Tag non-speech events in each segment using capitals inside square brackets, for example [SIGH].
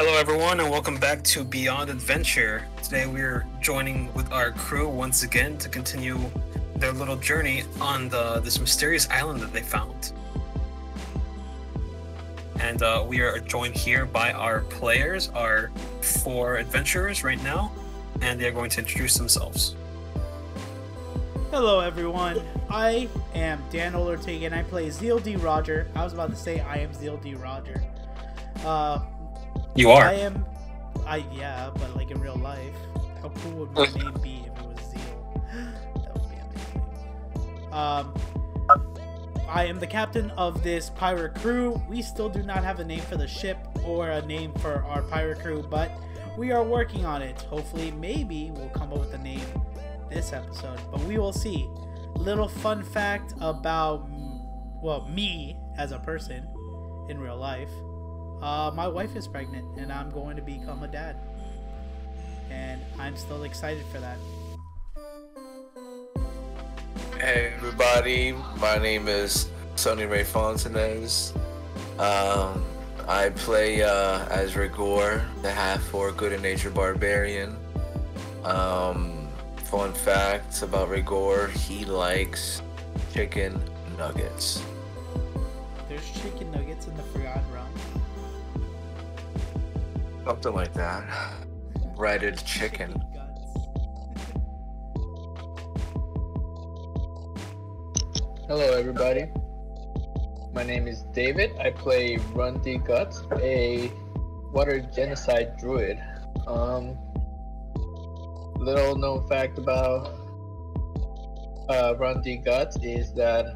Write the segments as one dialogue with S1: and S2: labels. S1: Hello, everyone, and welcome back to Beyond Adventure. Today, we're joining with our crew once again to continue their little journey on the this mysterious island that they found. And uh, we are joined here by our players, our four adventurers right now, and they are going to introduce themselves.
S2: Hello, everyone. I am Dan Olertig, and I play ZLD Roger. I was about to say I am ZLD Roger. Uh,
S1: You are.
S2: I am. I yeah, but like in real life, how cool would my name be if it was Zeal? [GASPS] That would be amazing. Um, I am the captain of this pirate crew. We still do not have a name for the ship or a name for our pirate crew, but we are working on it. Hopefully, maybe we'll come up with a name this episode, but we will see. Little fun fact about mm, well me as a person in real life. Uh, my wife is pregnant, and I'm going to become a dad. And I'm still excited for that.
S3: Hey everybody, my name is Sonny Ray Fontanez. Um, I play uh, as Rigor, the half-orc good in nature barbarian. Um, fun fact about Rigor, he likes chicken nuggets.
S2: There's chicken nuggets in the Forgotten Realm.
S3: Something like that. Breaded chicken.
S2: guts.
S4: Hello, everybody. My name is David. I play Rundy Gut, a water genocide druid. Um, little known fact about uh, Rundy Gut is that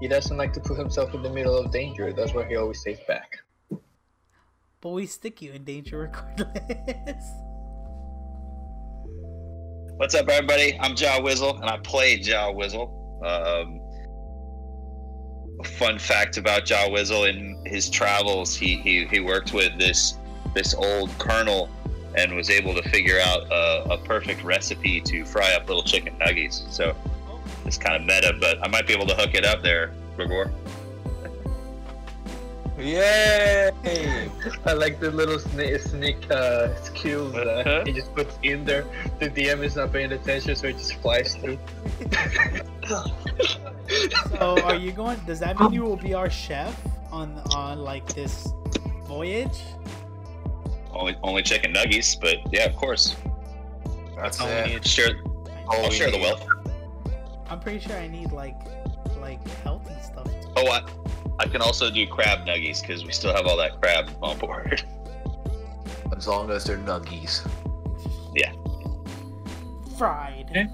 S4: he doesn't like to put himself in the middle of danger. That's why he always stays back.
S2: [LAUGHS] But we stick you in danger regardless. [LAUGHS]
S5: What's up, everybody? I'm Jaw Wizzle, and I play Jaw Wizzle. Um, fun fact about Jaw Wizzle: in his travels, he, he he worked with this this old colonel and was able to figure out a, a perfect recipe to fry up little chicken nuggies. So it's kind of meta, but I might be able to hook it up there, Rigor.
S3: Yay!
S4: I like the little sneak, sneak uh, skills that he just puts in there. The DM is not paying attention, so he just flies through.
S2: so are you going? Does that mean you will be our chef on on like this voyage?
S5: Only only chicken nuggies, but yeah, of course.
S3: That's
S1: Oh,
S3: it.
S1: yeah.
S5: Share. I'll share the wealth.
S2: I'm pretty sure I need like like healthy stuff.
S5: Oh, I I can also do crab nuggies because we still have all that crab on board. [LAUGHS]
S3: As long as they're nuggies.
S2: fried.
S1: Okay.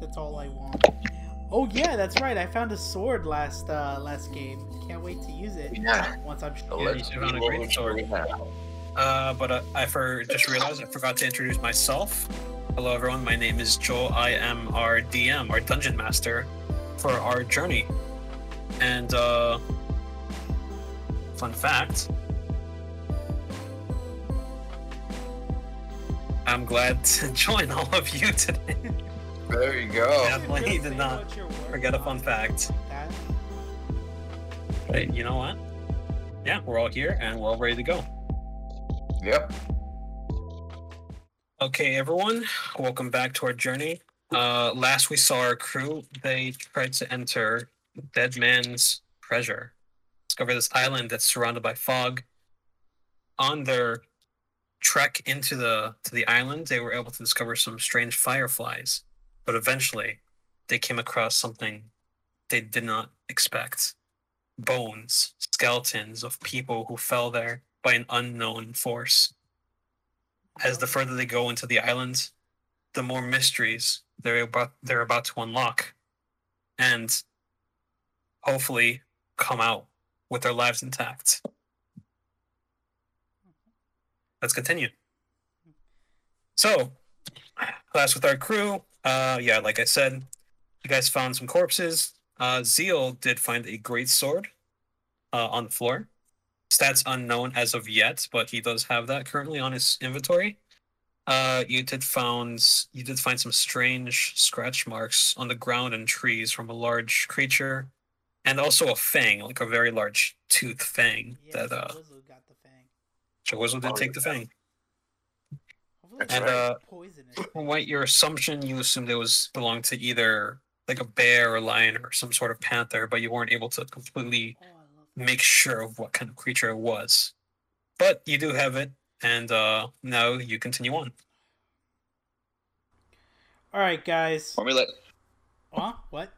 S2: That's all I want. Oh yeah, that's right. I found a sword last uh last game. Can't wait to use it
S3: Yeah.
S2: once I'm
S3: So
S1: Yeah,
S3: Oh, let's
S1: you found a
S3: see what
S1: great
S3: we
S1: sword.
S3: have.
S1: Uh, but uh, I for just realized I forgot to introduce myself. Hello, everyone. My name is Joel. I am our DM, our dungeon master for our journey. And uh, fun fact, I'm glad [LAUGHS] to join all of you today. [LAUGHS]
S3: There you go.
S1: Definitely
S2: Just
S1: did
S2: say
S1: not
S2: what you're
S1: Forget a
S2: working
S1: fun
S2: on.
S1: fact.
S2: That-
S1: But you know what? Yeah, we're all here and we're all ready to go.
S3: Yep.
S1: Okay, everyone, welcome back to our journey. Uh, last we saw our crew, they tried to enter Dead Man's Treasure, discover this island that's surrounded by fog. On their trek into the to the island, they were able to discover some strange fireflies, but eventually, they came across something they did not expect: bones, skeletons of people who fell there by an unknown force as the further they go into the island, the more mysteries they're about they're about to unlock, and hopefully come out with their lives intact. Let's continue. So, last with our crew, uh, yeah, like I said, you guys found some corpses. Uh, Zeal did find a great sword uh, on the floor. Stats unknown as of yet, but he does have that currently on his inventory. Uh, you did found you did find some strange scratch marks on the ground and trees from a large creature, and also a fang, like a very large tooth fang
S2: Yeah,
S1: that uh,
S2: Wizzle got the fang.
S1: So Wizzle did take the thing.
S2: Hopefully it's
S1: And,
S2: not
S1: uh,
S2: [LAUGHS] poisonous. Oh,
S1: White, your assumption you assumed it was belonged to either like a bear or lion or some sort of panther, but you weren't able to completely
S2: Oh, I love that.
S1: make sure of what kind of creature it was. But you do have it, and uh now you continue on.
S2: All right, guys.
S5: Weren't we like
S2: Huh? What?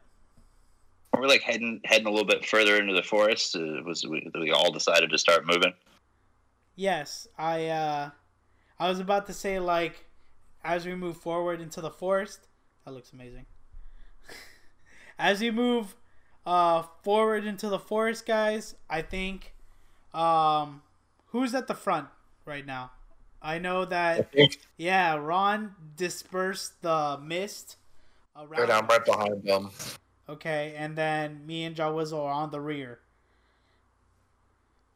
S5: weren't we like heading heading a little bit further into the forest? Uh, was we, we all decided to start moving?
S2: Yes, I uh I was about to say like as we move forward into the forest, that looks amazing. [LAUGHS] as we move uh forward into the forest, guys, I think um who's at the front right now? I know that yeah, Ron dispersed the mist around.
S3: And I'm right behind them.
S2: Okay, and then me and Jawizzle are on the rear.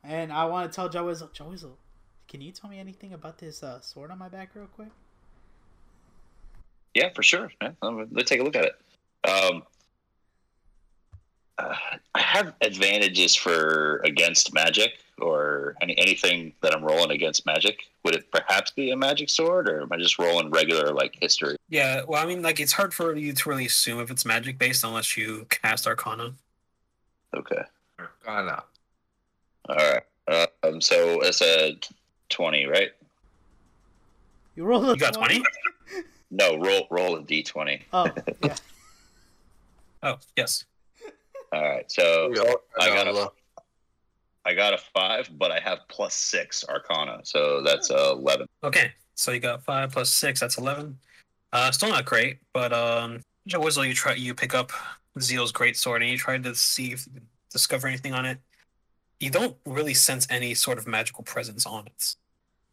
S2: And I want to tell Jawizzle, Jawizzle, can you tell me anything about this uh, sword on my back, real quick?
S5: Yeah, for sure. Yeah, um, let's take a look at it. Um, uh, I have advantages for against magic or any anything that I'm rolling against magic. Would it perhaps be a magic sword, or am I just rolling regular like history?
S1: Yeah, well, I mean, like it's hard for you to really assume if it's magic based unless you cast Arcana.
S5: Okay.
S3: Gone out.
S5: All right. Uh, um, so it's a twenty, right?
S2: You roll a
S1: You got 20?
S5: No, roll roll a d twenty.
S2: Oh, yeah.
S1: Oh, yes.
S5: All right. So
S3: We all-
S5: I got
S3: no,
S5: a-
S3: look,
S5: I got a five, but I have plus six Arcana, so that's uh, eleven.
S1: Okay, so you got five plus six, that's eleven. Uh, still not great, but um, Joe Wizzle, you try you pick up Zeal's great sword and you try to see if discover anything on it. You don't really sense any sort of magical presence on it.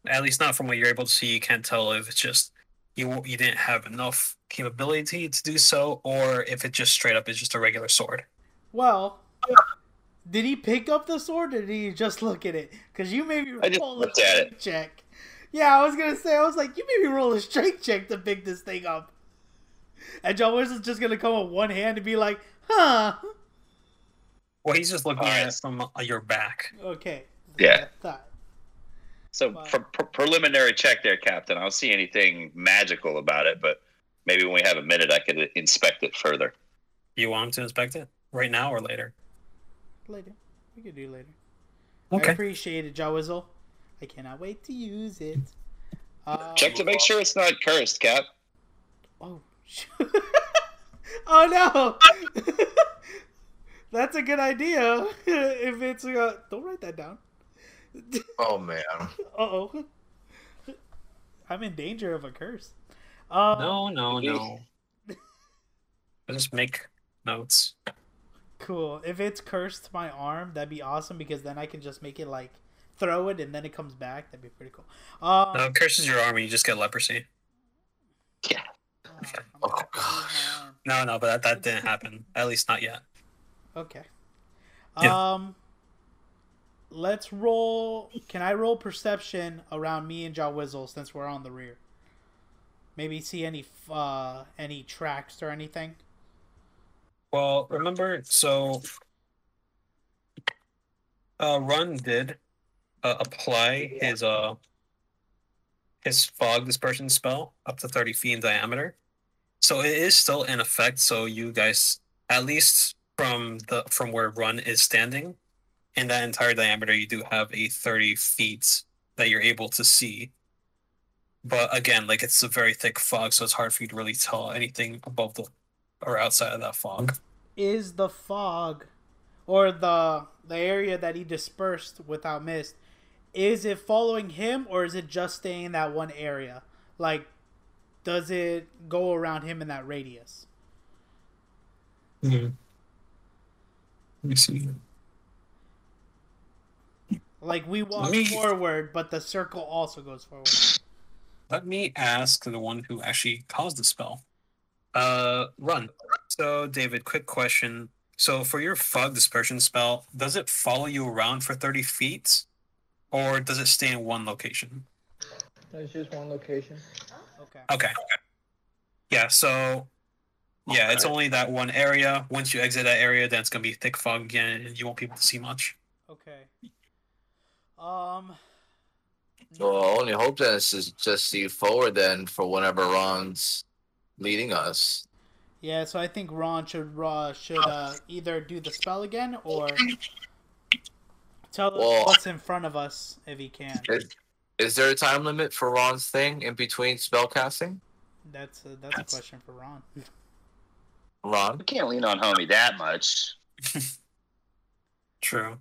S1: At least not from what you're able to see. You can't tell if it's just you you didn't have enough capability to do so, or if it just straight up is just a regular sword.
S2: Well, did he pick up the sword or did he just look at it? Because you made me
S5: I just
S2: roll a
S5: looked at
S2: strength
S5: it.
S2: check. Yeah, I was going to say, I was like, you made me roll a strength check to pick this thing up. And Jawizzle's just going to come with one hand and be like, huh.
S1: Well, he's just looking
S5: All
S1: at
S5: right.
S1: it from uh, your back.
S2: Okay.
S5: Yeah.
S2: Thought.
S5: So
S2: Wow.
S5: for pre- preliminary check there, Captain. I don't see anything magical about it, but maybe when we have a minute, I could inspect it further.
S1: You want him to inspect it right now or later?
S2: Later. We could do later. I
S1: Okay.
S2: appreciate it, Jawizzle. I cannot wait to use it. Uh,
S5: Check to make sure it's not cursed, Cap.
S2: Oh, [LAUGHS] sh- oh no! [LAUGHS] That's a good idea. [LAUGHS] if it's uh, don't write that down.
S3: Oh man.
S2: Uh oh. [LAUGHS] I'm in danger of a curse. Um,
S1: No, no,
S5: Dude.
S1: no. I just make notes.
S2: Cool. If it's cursed my arm, that'd be awesome because then I can just make it like throw it and then it comes back. That'd be pretty cool. Um,
S1: No, curses your army, you just get leprosy.
S2: oh, I'm gonna
S3: Oh,
S2: lose my
S3: gosh.
S2: arm.
S1: No, no, but that, that didn't happen. At least not yet.
S2: Okay.
S1: Yeah.
S2: Um let's roll can I roll perception around me and Jawizzle since we're on the rear? Maybe see any f- uh any tracks or anything?
S1: Well, remember, so uh, Run did uh, apply his uh his fog dispersion spell up to thirty feet in diameter, so it is still in effect. So you guys, at least from the from where Run is standing, in that entire diameter, you do have a thirty feet that you're able to see. But again, like it's a very thick fog, so it's hard for you to really tell anything above the or outside of that fog.
S2: Is the fog or the the area that he dispersed without mist is it following him or is it just staying in that one area? Like does it go around him in that radius?
S1: Yeah. Hmm. Let me see.
S2: Like we walk
S1: me-
S2: forward, but the circle also goes forward.
S1: Let me ask the one who actually caused the spell. Uh, run. So, David, quick question. So, for your fog dispersion spell, does it follow you around for 30 feet or does it stay in one location?
S4: That's just one location.
S2: Okay.
S1: Okay. Yeah, so yeah, it's only that one area. Once you exit that area, then it's going to be thick fog again and you won't be able to see much.
S2: Okay. Um
S3: Well, I only hope that this is just see forward then for whenever Ron's leading us.
S2: Yeah, so I think Ron should uh, should uh, either do the spell again or tell us
S3: Well-
S2: what's in front of us if he can.
S3: Is, is there a time limit for Ron's thing in between spell casting?
S2: That's a, that's a question for Ron.
S3: Ron?
S5: We can't lean on homie that much.
S1: True.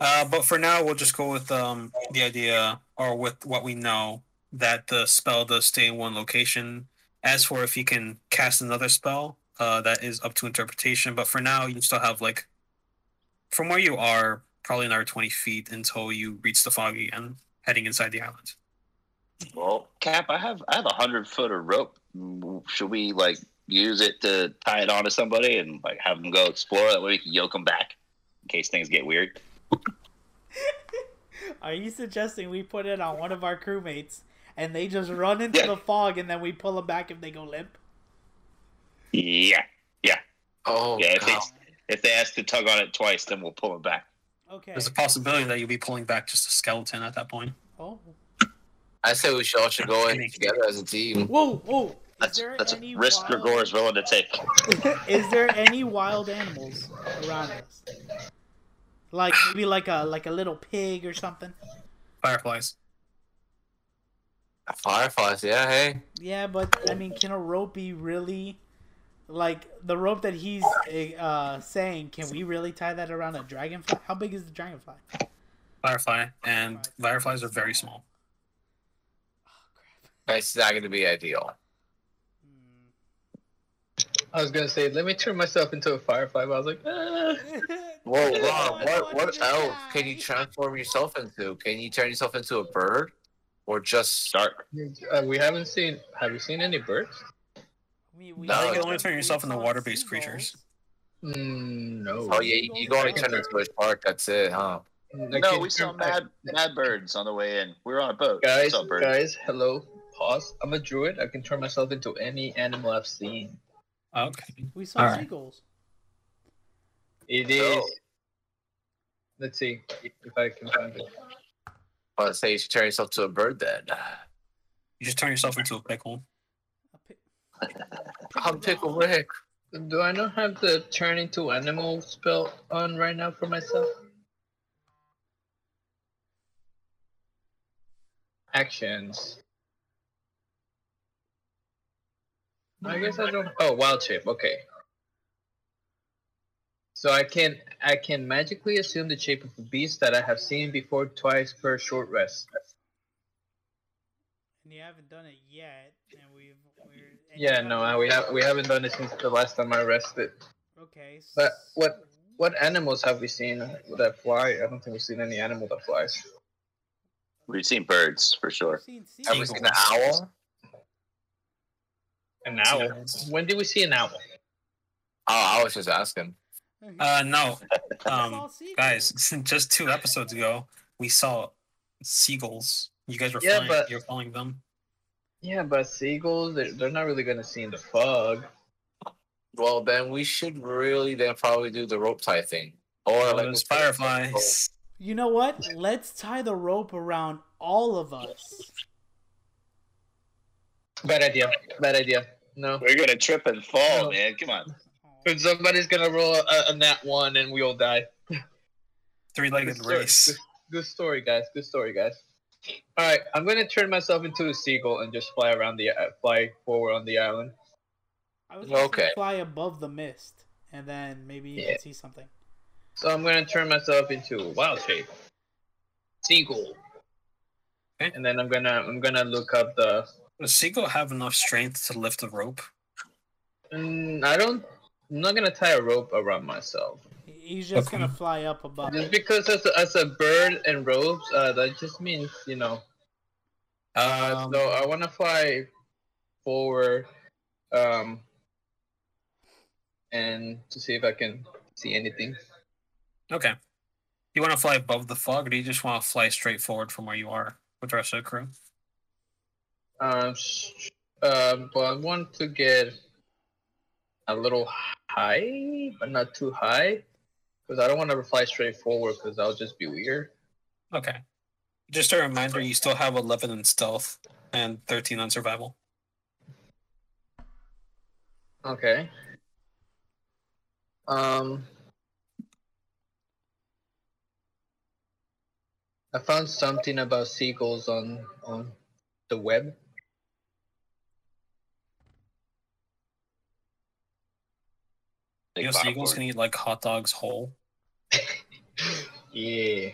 S1: Uh,
S5: Um,
S1: but for now, we'll just go with um, the idea, or with what we know, that the spell does stay in one location. As for if he can cast another spell, uh, that is up to interpretation. But for now, you still have like, from where you are, probably another twenty feet until you reach the fog again, heading inside the island.
S5: Well, Cap, I have I have a hundred foot of rope. Should we like use it to tie it onto somebody and like have them go explore? That way we can yoke them back in case things get weird.
S2: Are you suggesting we put it on one of our crewmates and they just run into
S5: Yeah.
S2: the fog and then we pull them back if they go limp?
S5: Yeah,
S3: Oh,
S5: yeah. If they
S3: God.
S5: if they ask to tug on it twice, then we'll pull them back.
S2: Okay.
S1: There's a possibility that you'll be pulling back just a skeleton at that point.
S2: Oh.
S3: I say we should all should go in together as a team.
S2: Whoa, whoa. Is
S5: That's
S2: there
S5: that's a
S2: any
S5: risk
S2: wild...
S5: Gregor is willing to take.
S2: Is there any wild animals around us? Like maybe like a like a little pig or something.
S1: Fireflies.
S3: Fireflies, yeah, hey.
S2: Yeah, but I mean, can a rope be really like the rope that he's uh, saying? Can we really tie that around a dragonfly? How big is the dragonfly?
S1: Firefly and fireflies are very small.
S3: That's not going to be ideal.
S4: I was gonna say, let me turn myself into a firefly, but I was like, ah.
S3: Whoa,
S2: Oh,
S3: Ron, what,
S2: what
S3: what
S2: did
S3: elf
S2: I-
S3: can you transform yourself into? Can you turn yourself into a bird? Or just.
S5: Start.
S4: uh, we haven't seen. Have you seen any birds?
S2: [LAUGHS] We, we,
S3: No, you can
S1: only turn yourself
S2: we
S1: into
S2: saw
S1: water-based
S2: seagulls.
S1: creatures.
S4: Mm, no.
S3: Oh, yeah, you, you go and turn into a shark, that's it, huh?
S4: Like,
S5: no,
S4: you
S5: we saw
S4: turn back.
S5: mad mad birds on the way in. We were on a boat.
S4: Guys,
S5: What's up, bird?
S4: guys, hello. Pause. I'm a druid. I can turn myself into any animal I've seen.
S1: Okay.
S2: We saw
S1: Alright.
S2: seagulls.
S4: It is.
S3: So-
S4: Let's see if I can find it.
S3: But say you should turn yourself to a bird then.
S1: You just turn yourself into a pickle.
S2: A pi-
S3: I'm Pickle Rick.
S4: Do I not have the turn into animal spell on right now for myself? Actions. I guess I don't. Oh, wild shape. Okay. So I can I can magically assume the shape of a beast that I have seen before twice per short rest.
S2: And you haven't done it yet, and we've we're. and you
S4: Yeah,
S2: haven't-
S4: no, I- we have we haven't done it since the last time I rested.
S2: Okay. So...
S4: But what- What animals have we seen that fly? I don't think we've seen any animal that flies.
S5: We've seen birds for sure.
S2: We've seen
S3: Have
S2: seagulls.
S3: we seen an owl?
S4: An owl. When did we see an owl?
S3: Oh, I was just asking.
S1: Uh, no,
S2: We saw
S1: um,
S2: seagulls.
S1: guys, [LAUGHS] just two episodes ago, we saw seagulls. You guys were
S4: Yeah,
S1: flying.
S4: but-
S1: You're following them.
S4: Yeah, but seagulls, they're, they're not really gonna see in the fog.
S3: Well, then we should really then probably do the rope tie thing. Or
S1: Oh,
S3: like
S1: those fireflies.
S4: oh.
S2: You know what? Let's tie the rope around all of us.
S4: Bad idea. Bad idea. No.
S5: We're gonna trip and fall,
S4: No.
S5: man. Come on.
S2: Aw.
S4: But somebody's gonna roll a, a nat one and we all die. Good
S1: Three-legged
S4: story.
S1: race.
S4: Good, good story, guys. Good story, guys. All right, I'm gonna turn myself into a seagull and just fly around the uh, fly forward on the island.
S2: I was gonna say
S3: Okay.
S2: fly above the mist, and then maybe you
S4: Yeah.
S2: can see something.
S4: So I'm gonna turn myself into a wild shape, seagull,
S1: Okay.
S4: and then I'm gonna I'm gonna look up the.
S1: Does seagull have enough strength to lift a rope?
S4: Mm, I don't. I'm not gonna tie a rope around myself.
S2: He- He's just
S1: Okay.
S2: gonna fly up above.
S4: Just because as a, as a bird and robes, uh, that just means you know. Uh,
S1: Um,
S4: so I want to fly forward, um, and to see if I can see anything.
S1: Okay. You want to fly above the fog, or do you just want to fly straight forward from where you are with the rest of the crew?
S4: Um, sh- um, but I want to get a little high, but not too high, because I don't want to fly straight forward, because that'll just be weird.
S1: Okay. Just a reminder, you still have 11 in stealth and 13 on survival.
S4: Okay. Um. I found something about seagulls on on the web.
S5: Like
S1: you know,
S5: popcorn.
S1: seagulls can eat like hot dogs whole.
S4: Yeah.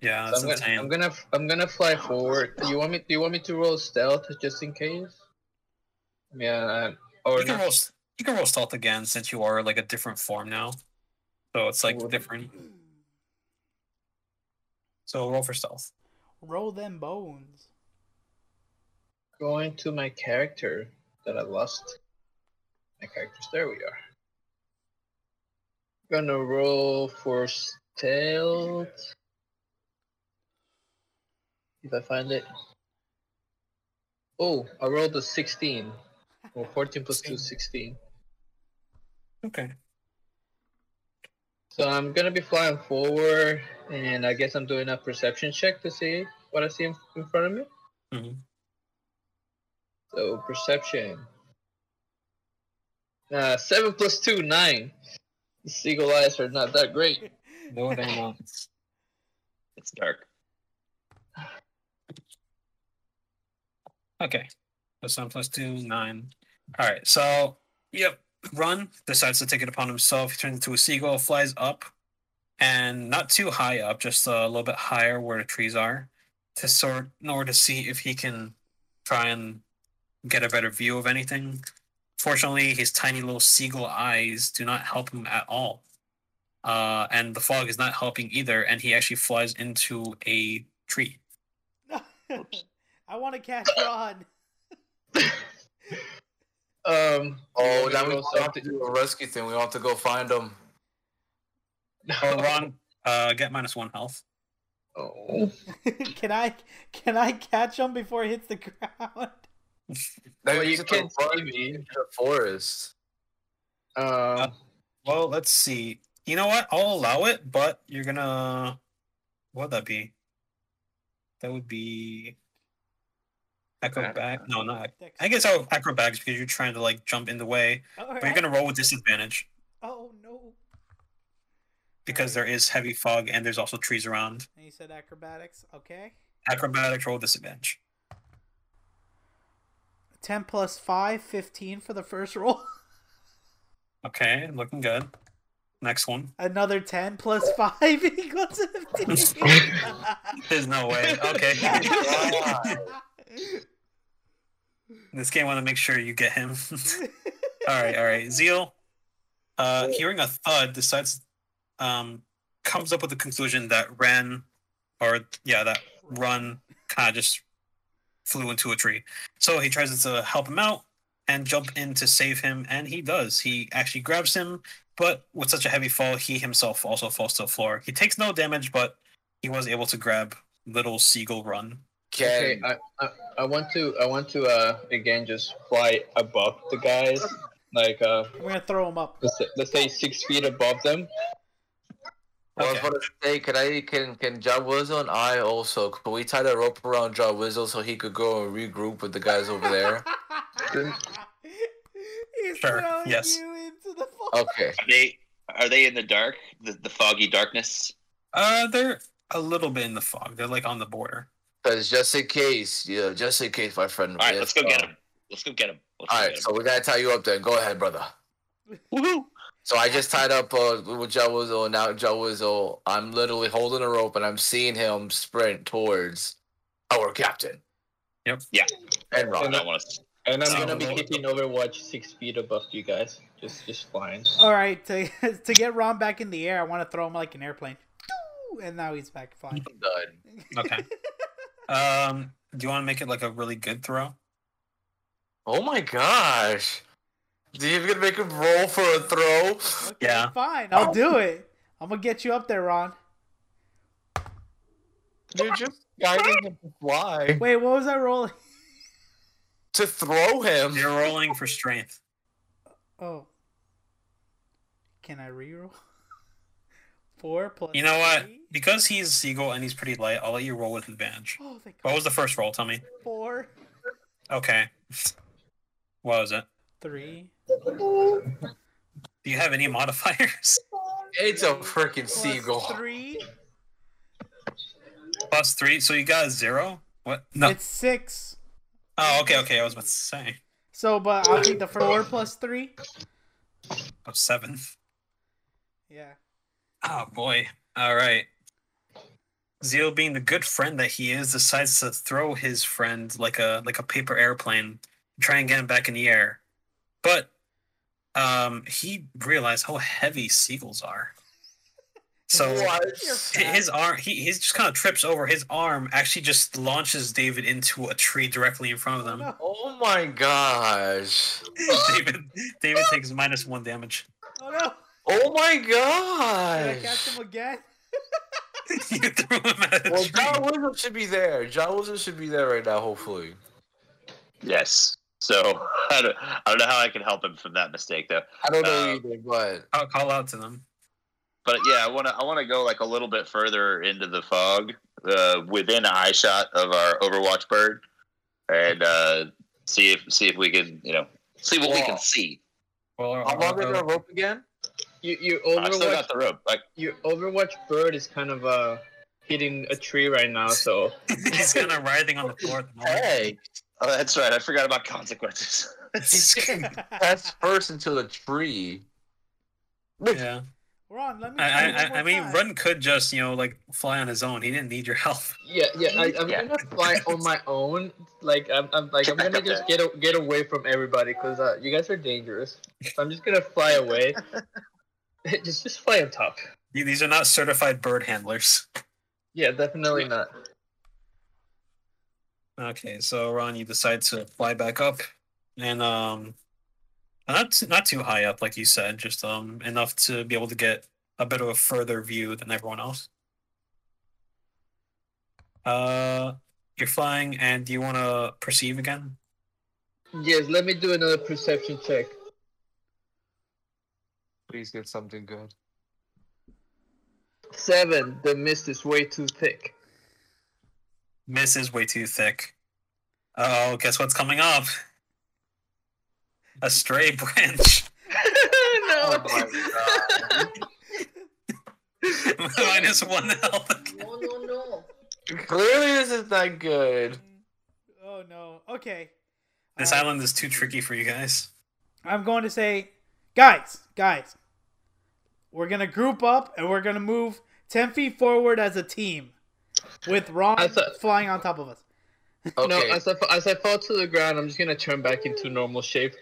S1: Yeah,
S4: So
S1: that's
S4: I'm gonna,
S1: insane.
S4: I'm gonna I'm gonna fly forward. Do you want me? Do you want me to roll stealth just in case? Yeah. uh, Or
S1: you can
S4: not.
S1: roll. s- You can roll stealth again since you are like a different form now, so it's like
S4: Would-
S1: different. So roll for stealth.
S2: [CLEARS THROAT] Roll them bones.
S4: going to my character that I lost. My characters, there we are. Gonna roll for stealth. If I find it. Oh, I rolled a 16. Well, 14 plus 2 is 16.
S1: Okay.
S4: So I'm gonna be flying forward, and I guess I'm doing a perception check to see what I see in, in front of me.
S1: hmm
S4: So perception. Uh, seven plus two, nine. The seagull eyes are not that great.
S1: No,
S2: [LAUGHS]
S1: they're not.
S5: It's [LAUGHS] dark.
S1: Okay. So seven plus two, nine. All right. So, yep. Run decides to take it upon himself. He turns into a seagull, flies up, and not too high up, just a little bit higher where the trees are, to sort in order to see if he can try and get a better view of anything. Fortunately, his tiny little seagull eyes do not help him at all. Uh, and the fog is not helping either, and he actually flies into a tree.
S2: I want to catch on. [LAUGHS]
S4: Um.
S3: Oh,
S4: I'm gonna
S3: now we
S4: roll
S3: don't have to
S4: something.
S3: do a rescue thing. We don't have to go find them.
S1: Oh, Ron, uh, get minus one health.
S4: [LAUGHS] Oh.
S2: can I can I catch him before he hits the [LAUGHS] ground?
S3: Now
S4: Well,
S3: you
S4: you
S3: just
S4: can't
S3: can't
S4: see
S3: run
S4: me.
S3: into the forest.
S4: Um.
S1: Well, let's see. You know what? I'll allow it, but you're gonna. What'd that be? That would be acrobat. No, not. ac- I guess I'll acrobatics because you're trying to like jump in the way, but you're gonna roll with disadvantage
S2: Oh no!
S1: because there is heavy fog and there's also trees around.
S2: And you said acrobatics. Okay.
S1: Acrobatics roll disadvantage.
S2: 10 plus 5, 15 for the first roll. [LAUGHS]
S1: Okay, looking good. Next one.
S2: Another 10 plus 5 [LAUGHS] equals 15.
S1: There's no way. Okay. [LAUGHS] this game want to make sure you get him. [LAUGHS] All right, all right. Zeal, uh, hearing a thud, decides, um, comes up with the conclusion that Ren, or yeah, that Run kind of just flew into a tree. So he tries to help him out and jump in to save him, and he does. He actually grabs him, but with such a heavy fall, he himself also falls to the floor. He takes no damage, but he was able to grab little Seagull Run.
S3: Can
S4: Okay. uh, I, I I want to I want to uh again just fly above the guys like uh
S2: [LAUGHS] We're going to throw him up.
S4: let's say, let's say six feet above them.
S3: Well, I was
S1: Okay.
S3: about to say, can I can can John Wizzle and I also can we tie the rope around John Wizzle so he could go and regroup with the guys over there?
S2: [LAUGHS] He's
S1: Sure,
S2: throwing
S1: yes.
S2: you into the fire.
S3: Okay.
S5: Are they are they in the dark? The, the foggy darkness.
S1: Uh, they're a little bit in the fog. They're like on the border.
S3: Because just in case, yeah, just in case, my friend.
S5: All right,
S3: if,
S5: let's go
S3: uh,
S5: get him. Let's go get him. Let's go
S3: All right,
S5: get him.
S3: so we gotta tie you up then. Go ahead, brother.
S5: Woohoo!
S3: So I just tied up uh, with Joe Wizzle, and now Joe Wizzle, I'm literally holding a rope, and I'm seeing him sprint towards our captain.
S1: Yep.
S5: Yeah.
S3: And
S5: I
S3: Ron.
S5: don't want to.
S4: And I'm
S1: Oh,
S4: gonna be
S1: no.
S4: keeping Overwatch six feet above you guys. Just just flying.
S2: All right, to, [LAUGHS] to get Ron back in the air, I want to throw him like an airplane. And now he's back flying.
S3: I'm done.
S1: Okay. um, do you want to make it like a really good throw?
S3: Oh my gosh. Do you gonna make him roll for a throw?
S2: Okay,
S1: Yeah.
S2: Fine, I'll do it. I'm going to get you up there, Ron.
S3: You're just
S5: [LAUGHS]
S3: guiding him to fly.
S2: Wait, what was I rolling?
S3: To throw him.
S1: You're rolling for strength.
S2: Oh. Can I reroll? [LAUGHS] Four plus.
S1: You know what?
S2: three?
S1: Because he's Seagull and he's pretty light, I'll let you roll with advantage.
S2: Oh, thank
S1: What was the first roll? Tell me.
S2: Four,
S1: Okay. What was it?
S2: three.
S1: Do you have any [LAUGHS] modifiers?
S3: It's a freaking
S2: plus
S3: seagull.
S2: Three.
S1: Plus three, so you got a zero? What? No.
S2: It's six.
S1: Oh, okay, okay. I was about to say.
S2: So, but I'll take the four plus three.
S1: Oh, seven.
S2: Yeah.
S1: Oh, boy. All right. Zeal, being the good friend that he is, decides to throw his friend like a like a paper airplane, try and get him back in the air. But um, he realized how heavy seagulls are.
S2: [LAUGHS]
S1: So
S2: You're
S1: Hi-
S2: fat.
S1: His arm, he he's just kind of trips over. His arm actually just launches David into a tree directly in front of
S2: Oh, [LAUGHS]
S1: them. [LAUGHS]
S2: no.
S3: Oh my gosh.
S1: David, David takes minus one damage. [LAUGHS]
S2: Oh no!
S3: Oh my
S2: Did I
S3: gosh.
S2: catch him again?
S1: you threw him at a
S3: Well, John
S1: tree.
S3: Wilson should be there. John Wilson should be there right now, hopefully.
S5: Yes. So [LAUGHS] I don't, I don't know how I can help him from that mistake though.
S3: I don't know
S5: Uh,
S3: either, but
S1: I'll call out to them.
S5: But yeah, I want to I want to go like a little bit further into the fog, uh, within eye shot of our Overwatch bird, and uh, see if see if we can you know see what we
S3: Wow.
S5: can see.
S1: Well,
S3: how
S1: I'll,
S3: long is
S1: I'll-
S3: the rope again?
S4: You, you
S5: I've still
S4: Overwatch,
S5: got the rope. Like
S4: your Overwatch bird is kind of uh hitting a tree right now, so
S1: [LAUGHS] he's kind of writhing on the floor at the moment.
S3: Hey,
S5: oh, that's right. I forgot about consequences. [LAUGHS]
S1: [LAUGHS]
S3: that's first into the tree.
S1: Yeah,
S2: [LAUGHS] Ron, let me. try
S1: I,
S2: one
S1: I,
S2: more
S1: I mean,
S2: time.
S1: Run could just you know like fly on his own. He didn't need your help. [LAUGHS]
S4: yeah, yeah. I, I'm
S5: Yeah.
S4: gonna fly on my own. Like I'm, I'm like I'm
S5: Get back
S4: gonna just
S5: up
S4: get a, get away from everybody because uh, you guys are dangerous. So I'm just gonna fly away. [LAUGHS] just just fly up top.
S1: These are not certified bird handlers.
S4: Yeah, definitely not.
S1: Okay, so Ron, you decide to fly back up, and um, not t- not too high up, like you said, just um enough to be able to get a bit of a further view than everyone else. Uh, you're flying, and do you want to perceive again?
S4: Yes, let me do another perception check.
S3: Please get something good.
S4: Seven. The mist is way too
S5: [LAUGHS]
S4: thick.
S1: Miss is way too thick. Oh, guess what's coming up? A stray [LAUGHS] branch.
S4: no.
S3: [LAUGHS] Oh
S1: Minus one health.
S6: No, no, no.
S3: Clearly, this is not good.
S2: Oh no. Okay.
S1: This
S2: Uh,
S1: island is too tricky for you guys.
S2: I'm going to say, guys, guys, we're gonna group up and we're gonna move ten feet forward as a team, with Ron
S4: I thought-
S2: flying on top of us.
S3: Okay.
S4: No, as I, fa- as I fall to the ground, I'm just gonna turn back into normal shape.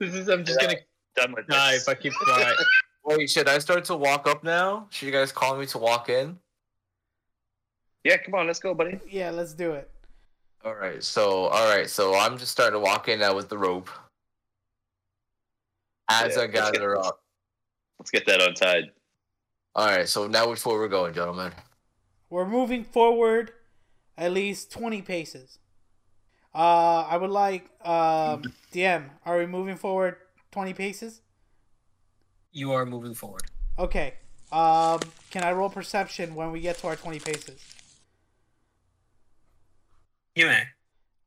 S4: this is I'm just gonna
S5: Done with this.
S4: die if I keep flying.
S3: [LAUGHS] Wait, should I start to walk up now? Should you guys call me to walk in?
S5: Yeah, come on, let's go, buddy.
S2: Yeah, let's do it.
S3: All right. So, all right. So I'm just starting to walk in now with the rope. As
S5: Yeah,
S3: I
S5: let's get
S3: gather
S5: this.
S3: up.
S5: Let's get that untied.
S3: All right. So now which way we're going, gentlemen?
S2: We're moving forward at least 20 paces. Uh, I would like, um, DM, are we moving forward 20 paces?
S1: You are moving forward.
S2: Okay. Um, can I roll perception when we get to our 20 paces?
S1: You may.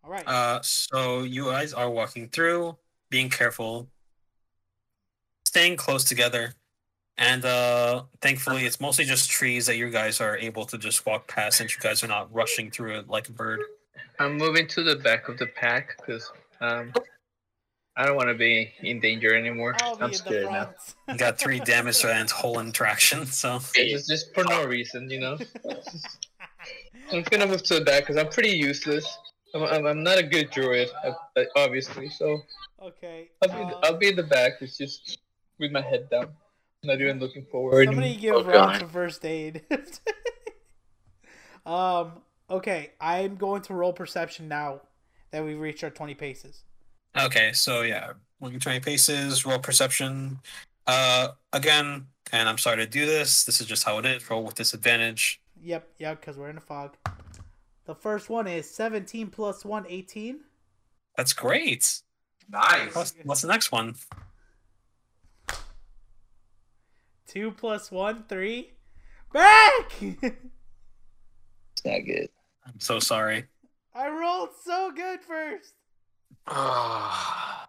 S2: All right.
S1: Uh, so you guys are walking through, being careful, staying close together, and uh, thankfully it's mostly just trees that you guys are able to just walk past, since you guys are not rushing through it like a bird.
S4: I'm moving to the back of the pack because um, I don't want to be in danger anymore.
S2: I'll be
S4: I'm
S2: in the
S4: scared now.
S2: front.
S1: You got three damage to that whole interaction, [LAUGHS] so
S4: Yeah, just, just for no reason, you know. I'm just gonna move to the back because I'm pretty useless. I'm, I'm, I'm not a good druid, uh, uh, obviously. So
S2: [LAUGHS] okay.
S4: I'll be,
S2: uh,
S4: I'll be in the back. It's just with my head down, not even looking forward.
S2: Somebody give
S3: Oh,
S2: Ron
S3: God.
S2: some first aid. [LAUGHS] um, okay. I'm going to roll perception now that we reach our 20 paces.
S1: okay, so yeah, looking twenty paces, roll perception. Uh, again, and I'm sorry to do this. This is just how it is. Roll with disadvantage.
S2: Yep, yeah, because we're in the fog. The first one is 17 plus 1, 18.
S1: That's great.
S3: Nice.
S1: What's, what's the next one?
S2: Two plus one, three. Back! [LAUGHS]
S5: It's not good.
S1: I'm so sorry.
S2: I rolled so good first.
S3: Ah.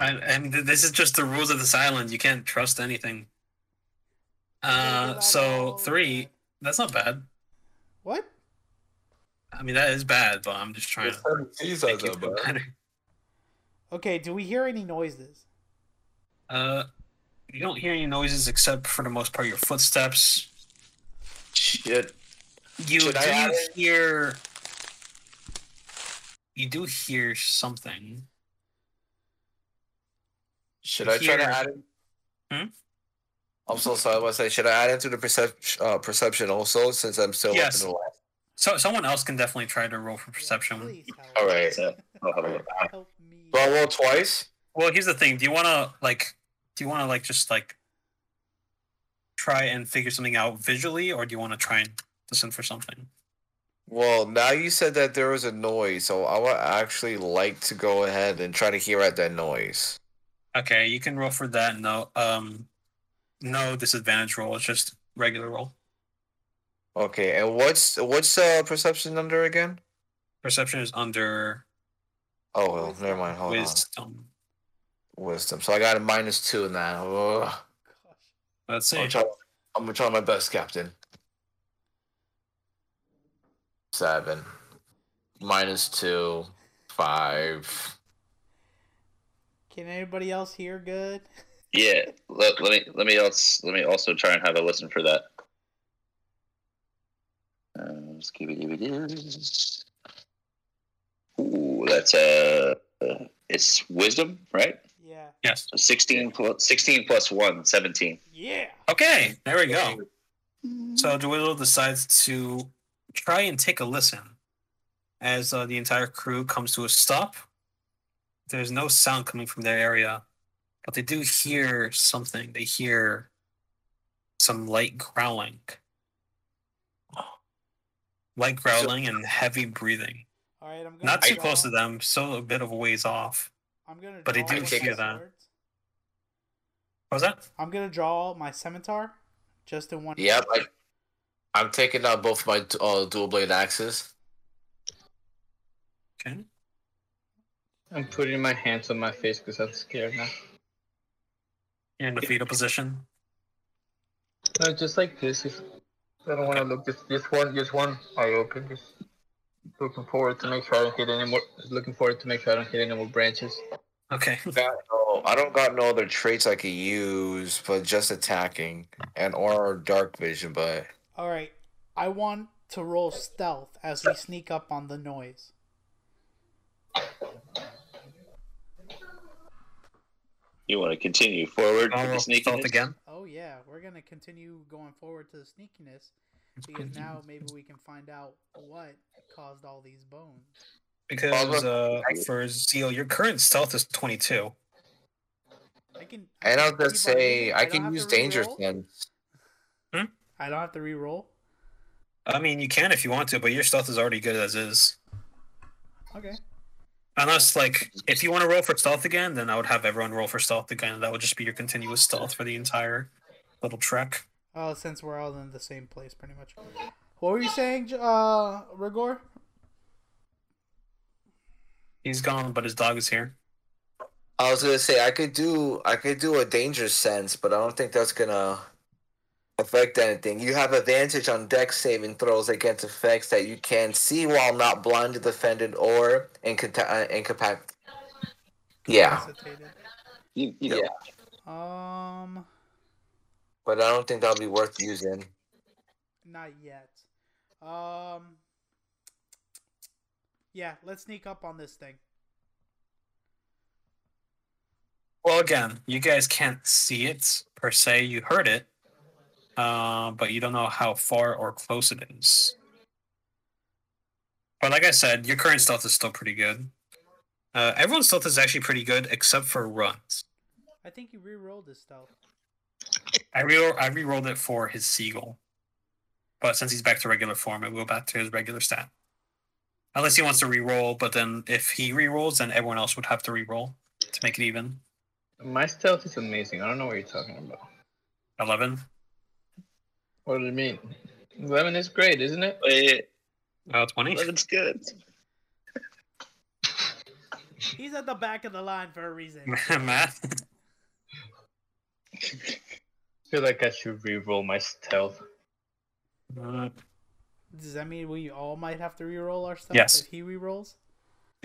S1: And, and th- this is just the rules of this island. You can't trust anything. Uh, so three. That's not bad.
S2: What?
S1: I mean, that is bad, but I'm just trying to
S3: These are
S1: make you
S3: the
S1: feel
S3: best.
S1: better.
S2: Okay, do we hear any noises?
S1: Uh, you don't hear any noises except for the most part your footsteps.
S3: Shit.
S1: You
S3: Should
S1: do
S3: I add it?
S1: hear. You do hear something.
S3: Should I try
S1: Here.
S3: to add it?
S1: Hmm?
S3: I'm so sorry. I was say, should I add into the perception uh, perception also since I'm still
S1: Yes.
S3: up in the last?
S1: So someone else can definitely try to roll for perception.
S2: Please help.
S3: All right.
S5: So, I'll have a look.
S2: Help me.
S3: Do I roll twice?
S1: Well, here's the thing. Do you want to like? Do you want to like just like try and figure something out visually, or do you want to try and listen for something?
S3: Well, now you said that there was a noise, so I would actually like to go ahead and try to hear out that noise.
S1: Okay, you can roll for that. No, um, no disadvantage roll. It's just regular roll.
S3: Okay, and what's what's uh perception under again?
S1: Perception is under
S3: Oh well, never mind. Hold
S1: wisdom.
S3: on. Wisdom. So I got a minus two now. Ugh.
S2: Gosh.
S1: Let's see.
S3: I'm, try, I'm gonna try my best, Captain. Seven. Minus two. Five.
S2: Can anybody else hear good?
S5: Yeah. Let, let me let me else let me also try and have a listen for that. Um, Scooby-Dooby-Doo. Ooh, that's a uh, it's wisdom, right?
S2: Yeah.
S1: Yes.
S5: 16 plus 16 plus 1 17
S2: Yeah.
S1: Okay. There we go. So Dwizzle decides to try and take a listen as uh, the entire crew comes to a stop. There's no sound coming from their area, but they do hear something. They hear some light growling. Light growling and heavy breathing.
S2: All right. I'm gonna
S1: Not too
S2: draw-
S1: close to them, still a bit of a ways off.
S2: I'm gonna.
S1: but they
S2: draw
S1: do
S2: with
S1: hear
S2: my
S1: that.
S2: swords.
S1: What was that?
S2: I'm gonna draw my scimitar, just in one.
S3: Yep. I, I'm taking out both my uh, dual blade axes.
S1: Okay.
S4: I'm putting my hands on my face because I'm scared now.
S1: You're in the fetal position.
S4: No, just like this. If I don't want to look just just one, just one eye open. Just looking forward to make sure I don't hit any more. Just looking forward to make sure I don't hit any more branches.
S1: Okay.
S3: Got no, I don't got no other traits I could use, but just attacking and or dark vision. But
S2: All right. I want to roll stealth as we sneak up on the noise.
S5: you want to continue forward
S1: I'll
S5: with the
S1: roll stealth
S5: sneakiness?
S1: again.
S2: Oh yeah, we're gonna continue going forward to the sneakiness because now maybe we can find out what caused all these bones.
S1: Because uh, for Zeal, your current stealth is 22.
S2: I can.
S3: and
S2: can
S3: I'll just
S2: keep on
S3: say
S2: using- don't
S3: I
S2: have
S3: can
S2: to
S3: use danger
S2: re-roll?
S3: sense.
S2: I don't have to re-roll.
S1: I mean, you can if you want to, but your stealth is already good as is.
S2: Okay.
S1: Unless, like, if you want to roll for stealth again, then I would have everyone roll for stealth again. That would just be your continuous stealth for the entire little trek.
S2: Uh, since we're all in the same place, pretty much. What were you saying, J- uh, Rigor?
S1: He's gone, but his dog is here.
S3: I was gonna say I could do I could do a danger sense, but I don't think that's gonna affect anything. You have advantage on deck saving throws against effects that you can see while not blinded, defended, or incata- uh, incapac. Yeah,
S2: Hesitated.
S5: You, you know,
S3: Yeah.
S2: Um,
S3: but I don't think that'll be worth using.
S2: not yet. Um, yeah, let's sneak up on this thing.
S1: Well, again, you guys can't see it per se. You heard it, uh, but you don't know how far or close it is. But like I said, your current stealth is still pretty good. Uh, everyone's stealth is actually pretty good except for runs.
S2: I think you re-rolled this stealth.
S1: I re I re-rolled it for his seagull, but since he's back to regular form, it will go back to his regular stat. Unless he wants to re-roll, but then if he re-rolls, then everyone else would have to re-roll to make it even.
S4: My stealth is amazing. I don't know what you're talking about.
S1: Eleven.
S4: What does it mean? Lemon is great, isn't it?
S5: Wait,
S1: Oh, 20.
S5: eleven's eh, good.
S2: He's at the back of the line for a reason.
S1: [LAUGHS]
S4: [LAUGHS]
S1: Math.
S4: I feel like I should re-roll my stealth. [LAUGHS]
S1: Uh,
S2: Does that mean we all might have to re-roll our stuff
S1: Yes.
S2: if he re-rolls?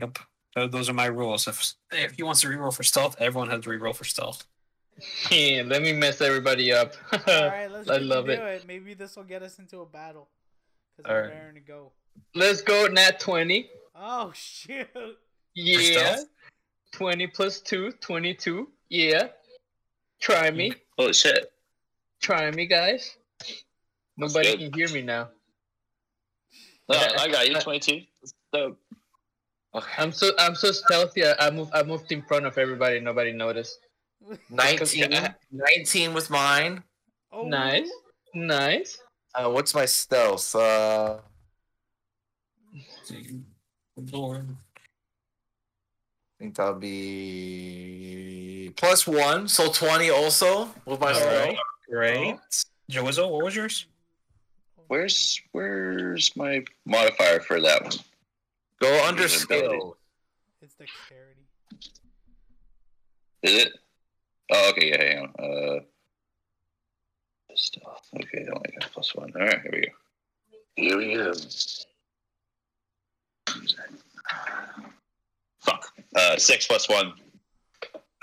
S1: yep. Tho- Those are my rules. If if he wants to reroll for stealth, everyone has to reroll for stealth.
S4: Yeah, let me mess everybody up. [LAUGHS]
S2: All right, let's
S4: Uh, I
S2: freaking
S4: love
S2: do
S4: it.
S2: it. Maybe this will get us into a battle because
S4: All
S2: we're
S4: right.
S2: raring to go.
S4: Let's go, Nat 20.
S2: Oh [LAUGHS] shoot!
S4: Yeah.
S1: stealth?
S4: 20 plus 2, 22. Yeah. Try me.
S5: Holy shit!
S4: Try me, guys.
S5: Mm. That's
S4: Nobody
S5: good.
S4: can hear me now.
S5: No, I got you. Twenty-two. So,
S3: Okay.
S4: I'm so I'm so stealthy. I, I moved I moved in front of everybody. Nobody noticed.
S3: 19, 19 was mine.
S2: Oh,
S4: Nice. Nice.
S3: Uh, what's my stealth? Uh,
S1: Lord.
S3: I think that'll be plus one, so 20 also with my
S1: All
S3: stealth.
S1: right. Great. Joizzo, Oh, what was yours?
S5: where's where's my modifier for that one?
S3: Go under
S5: Invisibility.
S3: skill.
S2: It's dexterity.
S5: Is it? Oh, okay. Yeah, hang on. Uh, stealth. Okay, I only got plus one. All right, here we go. Here we go. Fuck. Uh, six plus one,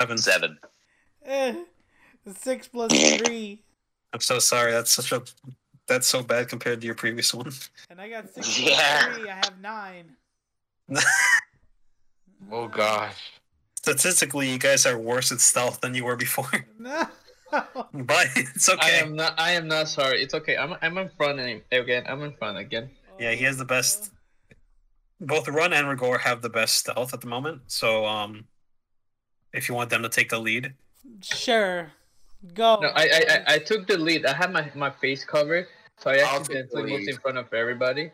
S1: Seven.
S5: seven.
S2: Eh, six plus three,
S1: I'm so sorry. That's such a that's so bad compared to your previous one.
S2: and I
S4: [LAUGHS]
S2: got six
S5: Yeah.
S2: plus three. I have nine. [LAUGHS]
S3: Oh, gosh.
S1: Statistically, you guys are worse at stealth than you were before. [LAUGHS]
S2: No.
S1: But it's
S4: I
S1: okay.
S4: am not I am not sorry. It's okay. I'm I'm in front any- again. I'm in front again.
S1: Yeah, he has the best. Both Run and Rigor have the best stealth at the moment. So um, if you want them to take the lead,
S2: Sure.
S1: Oh.
S2: Go.
S4: No, I I, I, I took the lead. I had my, my face covered, so I
S3: I'll take the
S4: accidentally moved
S3: lead.
S4: in front of everybody.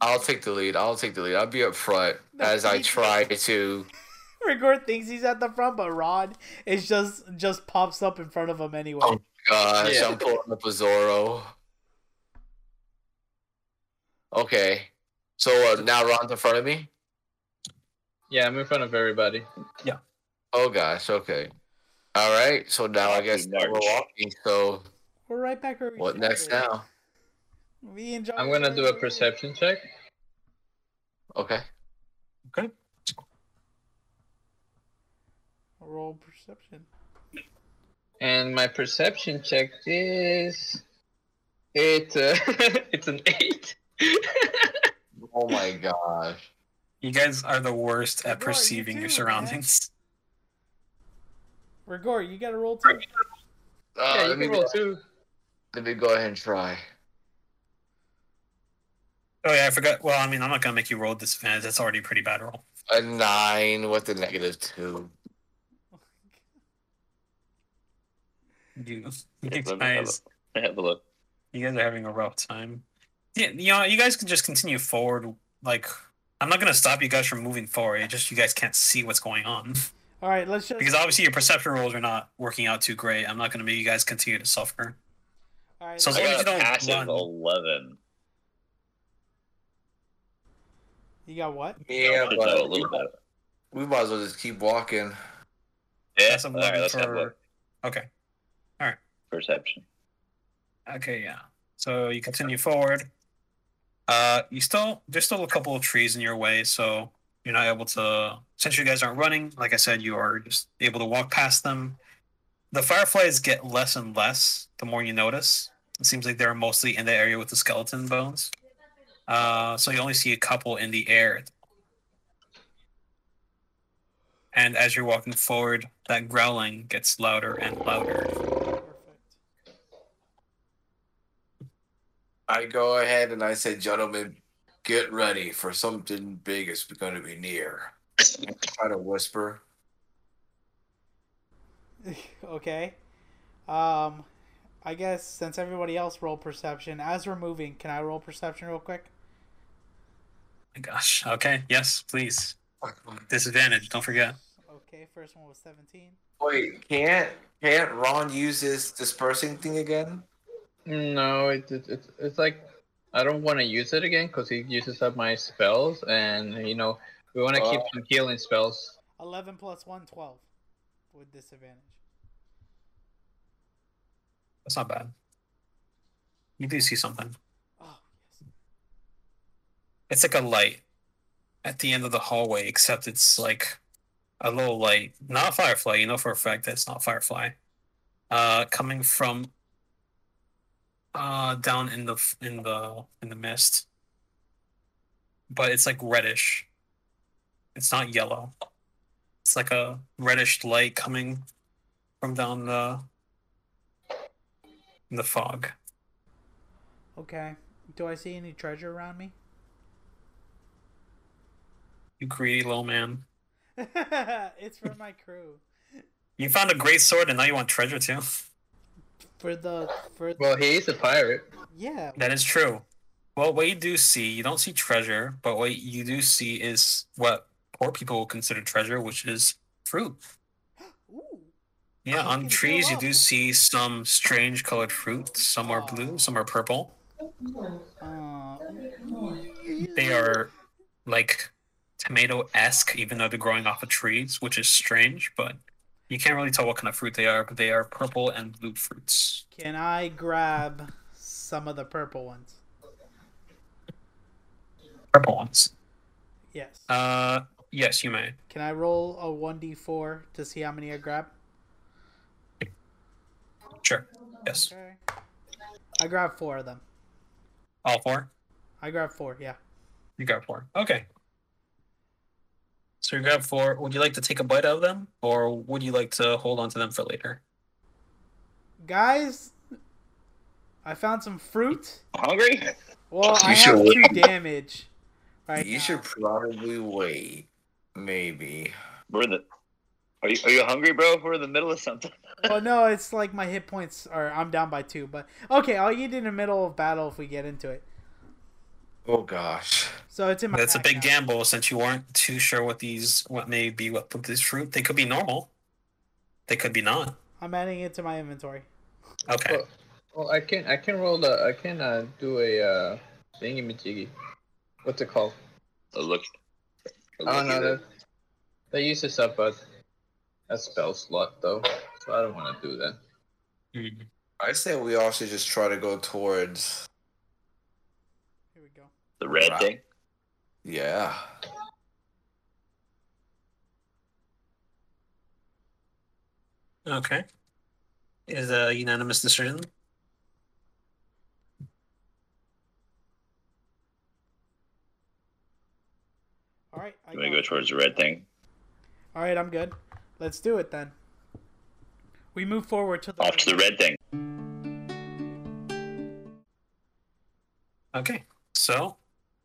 S3: I'll take the lead. I'll take the lead. I'll be up front
S2: No,
S3: as I
S2: please.
S3: try to.
S2: Rigor thinks he's at the front, but Rod is just just pops up in front of him anyway.
S3: Oh. Gosh,
S4: Yeah.
S3: I'm pulling up a Zorro. Okay. So uh, now Ron's in front of me?
S4: Yeah, I'm in front of everybody.
S3: Oh, gosh. Okay. All right. So now I
S5: Walking
S3: guess we're
S5: march.
S3: walking. So
S2: We're right back where we
S3: what next
S2: started.
S3: now?
S2: We enjoy.
S4: I'm gonna do a perception check.
S3: Okay.
S2: Roll perception.
S4: And my perception check is it [LAUGHS] uh, it's an eight. [LAUGHS]
S3: Uh, Oh, my gosh.
S1: you guys are the worst
S2: Rigor,
S1: at
S2: you
S1: perceiving
S2: too,
S1: your
S2: man.
S1: surroundings.
S2: Rigor, you gotta roll too.
S3: Uh,
S4: yeah, you
S3: let, me
S4: can
S3: go,
S4: roll two.
S3: let me go ahead and try.
S1: Oh yeah, I forgot. Well, I mean, I'm not gonna make you roll disadvantage. That's already a pretty bad roll.
S3: A nine with a negative two.
S1: You, you
S5: Let me have
S1: guys,
S5: a- Have a look.
S1: you guys are having a rough time. Yeah, you know, you guys can just continue forward. Like, I'm not gonna stop you guys from moving forward. It's just you guys can't see what's going on. [LAUGHS]
S2: All right, let's just.
S1: Because obviously your perception rolls are not working out too great. I'm not going to make you guys continue to suffer.
S2: all right,
S1: so
S5: I
S1: long as
S5: got
S1: you
S5: a
S1: don't
S5: passive
S1: run.
S5: eleven.
S2: you got what?
S3: Yeah,
S5: Should know a
S3: but
S5: little bit.
S3: we might as well just keep walking.
S5: Yeah.
S1: Passive
S5: All right,
S1: level
S5: let's have a
S1: for-
S5: look.
S1: Okay.
S5: Perception.
S1: Okay, yeah. So you continue forward. Uh, you still there's still a couple of trees in your way, so you're not able to. Since you guys aren't running, like I said, you are just able to walk past them. The fireflies get less and less the more you notice. It seems like they're mostly in the area with the skeleton bones. Uh, so you only see a couple in the air. And as you're walking forward, that growling gets louder and louder.
S2: Perfect.
S3: I go ahead and I say, gentlemen, get ready for something big is going to be near. I try to whisper.
S2: [LAUGHS] okay. Um, I guess since everybody else rolled perception, as we're moving, can I roll perception real quick?
S1: my gosh. Okay. Yes, please. Disadvantage. Don't forget.
S2: Okay, first one was 17.
S3: Wait, can't can't Ron use his dispersing thing again?
S4: No, it, it, it's it's like I don't want to use it again because he uses up my spells, and you know we want to keep
S3: Oh.
S4: some healing spells.
S2: 11 plus 1, 12. With disadvantage.
S1: That's not bad. You do see something.
S2: Oh, yes.
S1: It's like a light at the end of the hallway, except it's like a little light. Not Firefly, you know for a fact that it's not Firefly. Uh, coming from uh down in the f- in the in the mist, but it's like reddish. It's not yellow. It's like a reddish light coming from down the in the fog.
S2: Okay. Do I see any treasure around me? [LAUGHS]
S1: You greedy little man.
S2: it's for my crew.
S1: You found a great sword and now you want treasure too. [LAUGHS]
S2: For the. For
S4: Well, he is a pirate.
S2: Yeah.
S1: That is true. Well, what you do see, you don't see treasure, but what you do see is what poor people will consider treasure, which is fruit.
S2: Ooh.
S1: Yeah,
S2: Oh, you
S1: on
S2: can
S1: trees,
S2: fill
S1: you do
S2: up.
S1: see some strange colored fruit. Some are blue, some are purple.
S2: Uh,
S1: They are like tomato esque, even though they're growing off of trees, which is strange, but you can't really tell what kind of fruit they are, but they are purple and blue fruits.
S2: Can I grab some of the purple ones?
S1: Purple ones.
S2: Yes.
S1: Uh, yes, you may.
S2: Can I roll a 1d4 to see how many I grab?
S1: Sure. Yes.
S2: Okay. I grabbed four of them.
S1: All four?
S2: I grabbed four, yeah.
S1: You grab four. Okay. So you grab four. Would you like to take a bite out of them, or would you like to hold on to them for later?
S2: Guys, I found some fruit.
S5: Hungry?
S2: Well, I
S3: You should
S2: have two
S3: wait.
S2: damage. Right.
S3: you
S2: now.
S3: should probably wait. Maybe.
S5: We're in the. Are you, are you hungry, bro? We're in the middle of something. [LAUGHS]
S2: Well, no, it's like my hit points are. I'm down by two, but okay. I'll eat in the middle of battle if we get into it.
S3: Oh gosh.
S2: So it's in my.
S1: That's a
S2: pack
S1: big
S2: now.
S1: gamble since you aren't too sure what these, what may be what with this fruit. They could be normal. They could be not.
S2: I'm adding it to my inventory.
S1: Okay.
S4: Well, well, I can I can roll the I can uh, do a uh, thingy majiggy. What's it called?
S5: A look. a
S4: Oh
S5: look
S4: no,
S5: at
S4: that that uses up a a spell slot though, so I don't want to do that.
S1: Mm.
S3: I say we all should just try to go towards.
S2: Here we go.
S5: the red
S3: Right.
S5: thing.
S3: Yeah.
S1: Okay. Is a unanimous decision.
S2: All right. I
S5: You want to
S2: got
S5: go
S2: it.
S5: towards the red thing?
S2: All right, I'm good. Let's do it then. We move forward to the.
S5: Off to the red thing.
S1: Okay. So,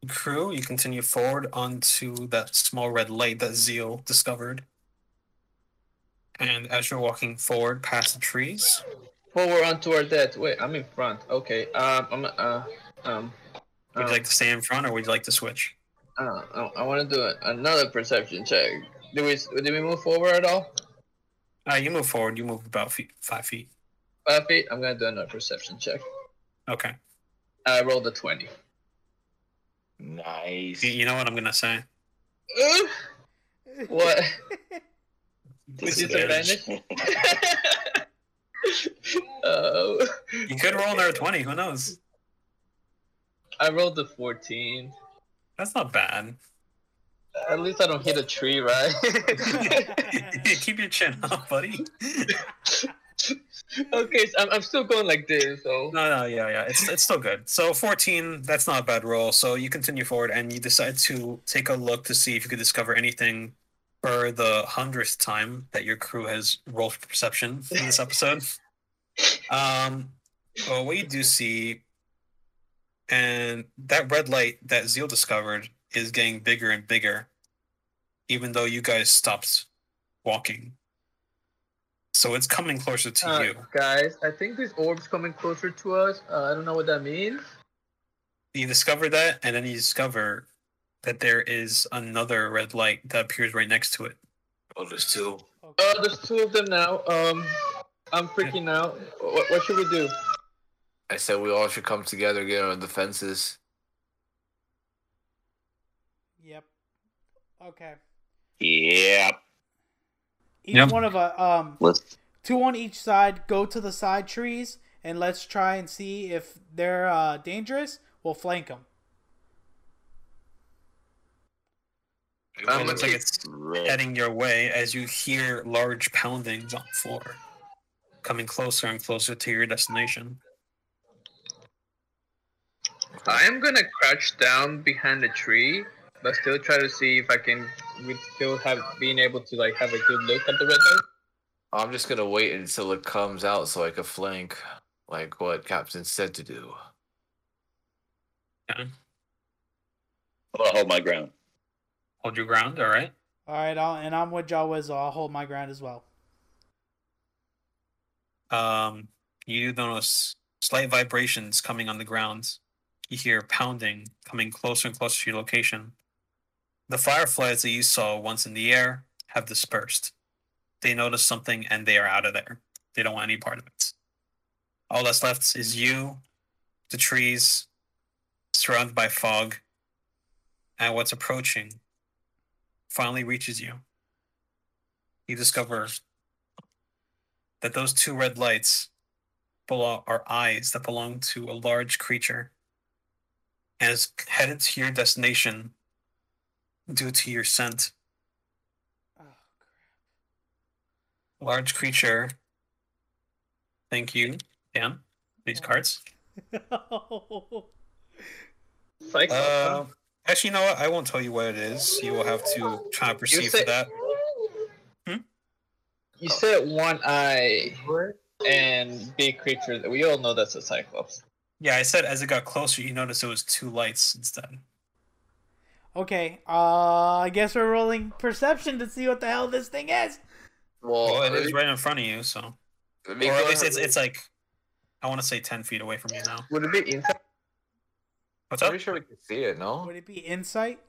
S1: crew, you continue forward onto that small red light that Zeal discovered. And as you're walking forward past the trees,
S4: Well, we're on to our death. Wait, I'm in front. Okay. Um, I'm uh um.
S1: Would you
S4: um,
S1: like to stay in front or would you like to switch?
S4: uh, I, I want to do another perception check. Do we do we move forward at all?
S1: Uh, you move forward. You move about feet, five feet.
S4: Five feet. I'm gonna do another perception check.
S1: Okay.
S4: I rolled a twenty.
S1: You,
S3: Nice.
S1: you know what I'm gonna say.
S4: Ooh, what?
S5: This
S4: is
S5: advantage.
S4: [LAUGHS] Oh,
S1: You could roll another twenty. Who knows?
S4: I rolled a fourteen.
S1: That's not bad. [LAUGHS]
S4: At least I don't hit a tree, right? [LAUGHS]
S1: Keep your chin up, buddy.
S4: okay, so I'm, I'm still going like this. So
S1: No, no, yeah, yeah. It's it's still good. So fourteen. That's not a bad roll. So you continue forward and you decide to take a look to see if you could discover anything for the hundredth time that your crew has rolled for perception in this episode. um, well, what you do see, and that red light that Zeal discovered is getting bigger and bigger, even though you guys stopped walking. So it's coming closer to
S4: Uh,
S1: you.
S4: guys, I think this orb's coming closer to us. Uh, I don't know what that means.
S1: you discover that, and then you discover that there is another red light that appears right next to it,
S3: Oh, there's two.
S2: Okay.
S4: Uh, there's two of them now. Um, I'm freaking out. What, what should we do?
S3: I said we all should come together, get on the fences.
S2: [LAUGHS] Yep. Okay.
S5: Yeah.
S2: Each
S1: Yep.
S2: one of a um
S5: Let's.
S2: two on each side. Go to the side trees and let's try and see if they're uh, dangerous. We'll flank them.
S1: It looks like it's
S5: Red.
S1: heading your way as you hear large poundings on the floor, coming closer and closer to your destination.
S4: I am gonna crouch down behind a tree, but still try to see if I can. We still have being able to like have a good look at the red light.
S3: I'm just gonna wait until it comes out so I can flank, like what Captain said to do.
S5: I'll hold my ground.
S1: Hold your ground, all right?
S2: All right, I'll, and I'm with Jawiz. I'll hold my ground as well. [LAUGHS]
S1: Um, you notice slight vibrations coming on the ground. You hear pounding coming closer and closer to your location. The fireflies that you saw once in the air have dispersed. They notice something and they are out of there. They don't want any part of it. All that's left is you, the trees, surrounded by fog, and what's approaching finally reaches you. You discover that those two red lights belong are eyes that belong to a large creature and is headed to your destination due to your scent.
S2: Oh,
S1: Large creature. Thank you, Dan. These cards.
S2: crap.
S4: Psycho.
S1: Uh, actually, you know what? I won't tell you what it is. You will have to try to perceive for
S4: said-
S1: that.
S4: Hmm? you said one eye and big creature. We all know that's a cyclops.
S1: Yeah, I said as it got closer, you noticed it was two lights instead.
S2: okay, uh, I guess we're rolling perception to see what the hell this thing is.
S3: Well,
S1: Well, it is right in front of you, so
S3: let me
S1: or
S3: go
S1: at least
S3: ahead-
S1: it's it's like I want to say ten feet away from you now.
S4: Would it be inside?
S1: What's
S3: I'm
S1: up?
S3: pretty sure we can see it. No,
S2: Would it be insight?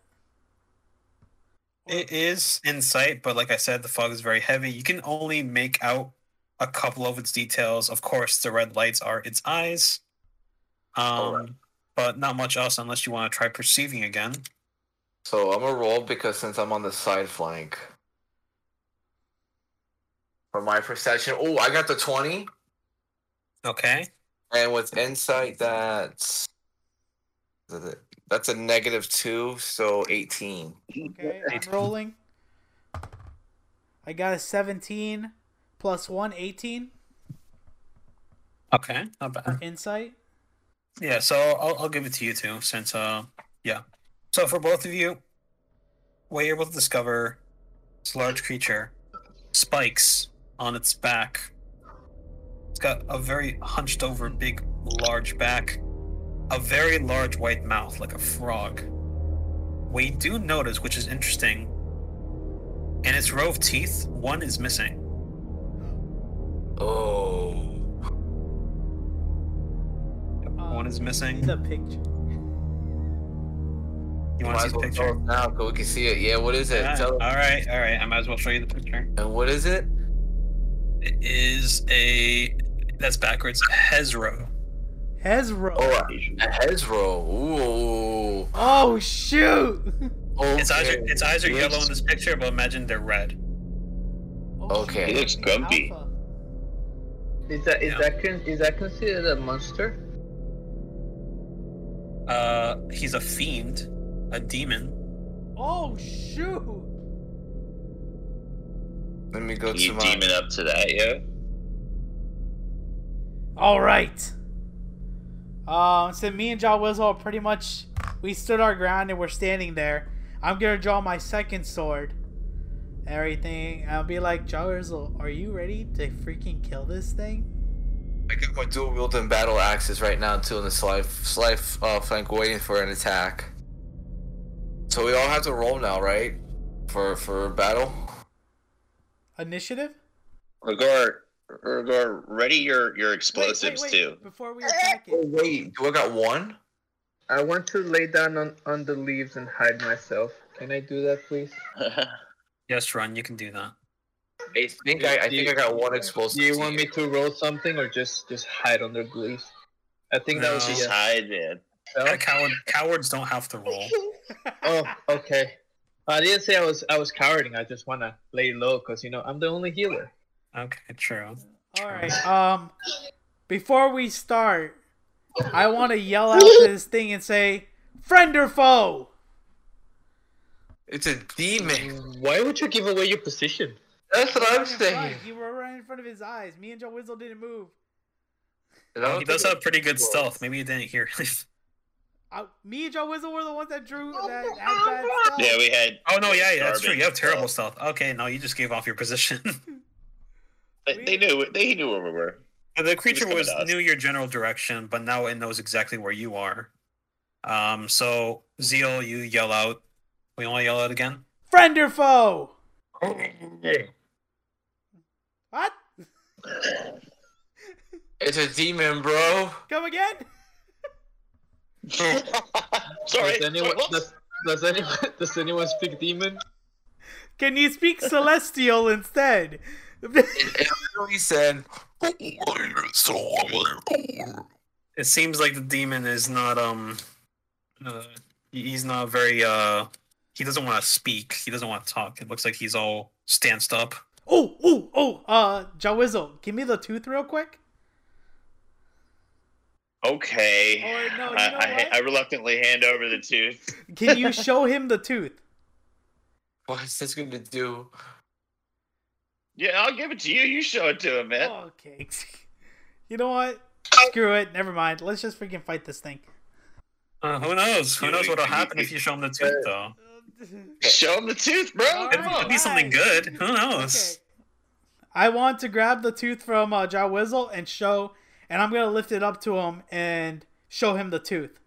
S1: It is in sight, but like I said, the fog is very heavy. You can only make out a couple of its details. Of course, the red lights are its eyes. Um,
S3: Alright.
S1: but not much else unless you want to try perceiving again.
S3: so I'm gonna roll because since I'm on the side flank. For my perception, oh, I got the twenty,
S1: Okay.
S3: and with insight, that's that's a negative two, so eighteen.
S2: Okay, I'm rolling. I got a 17 plus 1, 18
S1: Okay. Not bad.
S2: for insight.
S1: Yeah. So I'll I'll give it to you too, since uh yeah. So for both of you, what you're able to discover this large creature spikes on its back. It's got a very hunched over, big, large back, a very large white mouth like a frog. What you do notice, which is interesting, in its row of teeth, one is missing.
S3: Oh,
S1: One is missing.
S2: The picture.
S1: You want to see the picture?
S3: now? 'cause we can see it. Yeah, what is it?
S1: Yeah,
S3: Tell-
S1: all right, all right. I might as well show you the picture.
S3: and what is it?
S1: It is a that's backwards. Hezro.
S2: Hezro.
S3: Oh, a Hezro. Ooh.
S2: Oh, shoot. [LAUGHS]
S3: Okay.
S1: Its eyes are its eyes are
S3: Yes.
S1: yellow in this picture, but imagine they're red.
S3: Okay.
S5: He looks grumpy.
S2: Alpha.
S4: Is that is
S1: Yeah.
S4: that con- is that considered a monster?
S1: Uh, he's a fiend, a demon.
S2: Oh, shoot.
S3: Let me go to
S5: You
S3: my.
S5: demon up to that, yo?
S2: All right. Um, so me and John Wizzle are pretty much we stood our ground and we're standing there. I'm gonna draw my second sword. Everything. I'll be like, John Wizzle, are you ready to freaking kill this thing?
S3: I got my dual wielding battle axes right now too in the slide slide uh, flank waiting for an attack. So we all have to roll now, right? For for battle.
S2: Initiative.
S5: Rigor, Rigor, ready your,
S2: Wait,
S5: your
S2: wait,
S5: explosives
S2: wait,
S5: too.
S2: Before we attack it.
S3: Oh, Wait, do I got one?
S4: I want to lay down on, on the leaves and hide myself. Can I do that, please?
S1: Yes, Ron, you can do that.
S3: I think I, I think I got one explosive.
S4: Do you want me to roll something or just just hide under glyph? I think that
S5: [LAUGHS]
S4: was
S1: No.
S5: Just
S4: the
S5: hide, man.
S1: Uh, coward, cowards don't have to roll.
S4: Oh, okay. I didn't say I was I was cowarding. I just want to lay low because you know I'm the only healer.
S1: Okay, true.
S2: All right. Um, before we start, I want to yell out to this thing and say, "Friend or foe?"
S3: It's a demon.
S4: Why would you give away your position?
S3: That's what I'm
S2: Right in front.
S3: saying.
S2: You were right in front of his eyes. Me and Joe Wizzle didn't move.
S3: And I don't
S1: He does
S3: think-
S1: have pretty good stealth. Maybe you didn't hear.
S2: I, me and Joe Wizzle were the ones that drew that. had bad stuff.
S5: Yeah, we had.
S1: [LAUGHS] oh no, yeah, yeah, that's true.
S5: Garbage.
S1: You have terrible stealth. Okay, no, you just gave off your position. [LAUGHS]
S5: They, they knew. They knew where
S3: [LAUGHS]
S5: we were. [LAUGHS]
S1: the creature
S5: coming
S1: was
S5: to us.
S1: knew your general direction, but now it knows exactly where you are. Um, so Zeal, you yell out. We want to yell out again.
S2: Friend or foe? What?
S3: It's a demon, bro.
S2: Come again?
S5: Sorry.
S4: Does anyone does, does anyone [LAUGHS] does anyone speak demon?
S2: Can you speak celestial instead? [LAUGHS]
S3: It, it literally said. "Oh,
S1: It seems like the demon is not um, uh, he- he's not very uh, he doesn't want to speak. He doesn't want to talk. It looks like he's all stanced up.
S2: oh, oh, oh. Uh, Joe Wizzle, give me the tooth real quick.
S5: Okay.
S2: Or no, you know
S5: I,
S2: what?
S5: I, I reluctantly hand over the tooth.
S2: Can you show him the tooth?
S3: What's this gonna do?
S5: Yeah, I'll give it to you. You show it to him, man.
S2: Oh, okay. [LAUGHS] You know what? Screw it. Never mind. Let's just freaking fight this thing.
S1: Uh, who knows? Who
S5: You-
S1: knows what'll
S5: you-
S1: happen
S5: you-
S1: if you show him the tooth, though?
S5: Show him the tooth, bro.
S2: All
S1: It
S5: Come
S2: right.
S1: could
S5: on.
S1: be something good. Who knows?
S2: Okay. I want to grab the tooth from uh, Jaw Wizzle and show, and I'm gonna lift it up to him and show him the tooth.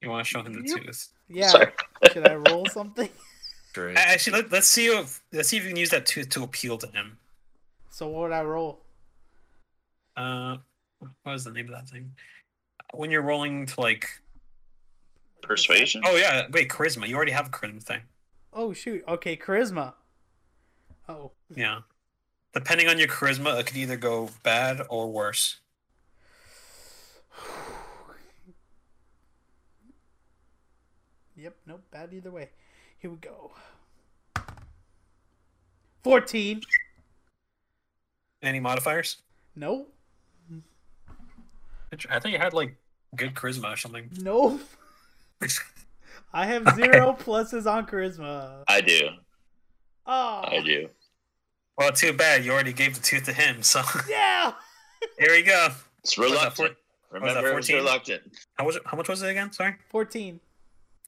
S1: You want to show him the tooth?
S2: Yeah.
S5: Sorry.
S2: Should I roll something? [LAUGHS]
S1: A- Actually, let, let's see if let's see if you can use that tooth to appeal to him.
S2: So what would I roll?
S1: Uh, what was the name of that thing? When you're rolling to like,
S5: Persuasion.
S1: oh yeah, wait, charisma. You already have a charisma thing.
S2: Oh shoot. Okay, charisma. Oh.
S1: Yeah. Depending on your charisma, it could either go bad or worse.
S2: Yep. Nope. Bad either way. Here we go. Fourteen.
S1: Any modifiers?
S2: Nope.
S1: I think you had like good charisma or something. [LAUGHS]
S2: Nope. [LAUGHS] I have zero pluses on charisma.
S5: I do.
S2: Oh.
S5: I do.
S1: well, too bad. You already gave the tooth to him, so [LAUGHS]
S2: Yeah.
S1: here we go.
S5: It's
S1: was that,
S5: reluctant.
S1: was that,
S5: Remember, it was
S1: 14?
S5: reluctant.
S1: How was it? How much was it again? Sorry.
S2: 14.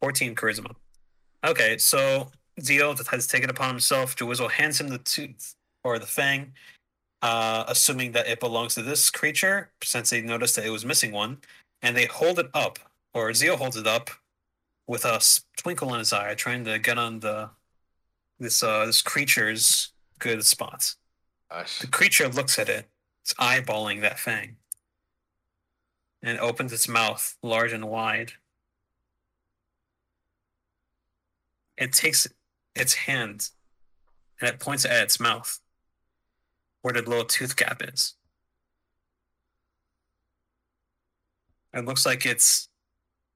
S1: 14 charisma. Okay, so Zio has taken upon himself to whistle hands him the tooth or the fang, uh, assuming that it belongs to this creature, since they noticed that it was missing one, and they hold it up, or Zio holds it up with a s- twinkle in his eye, trying to get on the this uh this creature's good spots.
S3: Gosh.
S1: The creature looks at it, it's eyeballing that fang. And opens its mouth large and wide. It takes its hand and it points it at its mouth, where the little tooth gap is. It looks like it's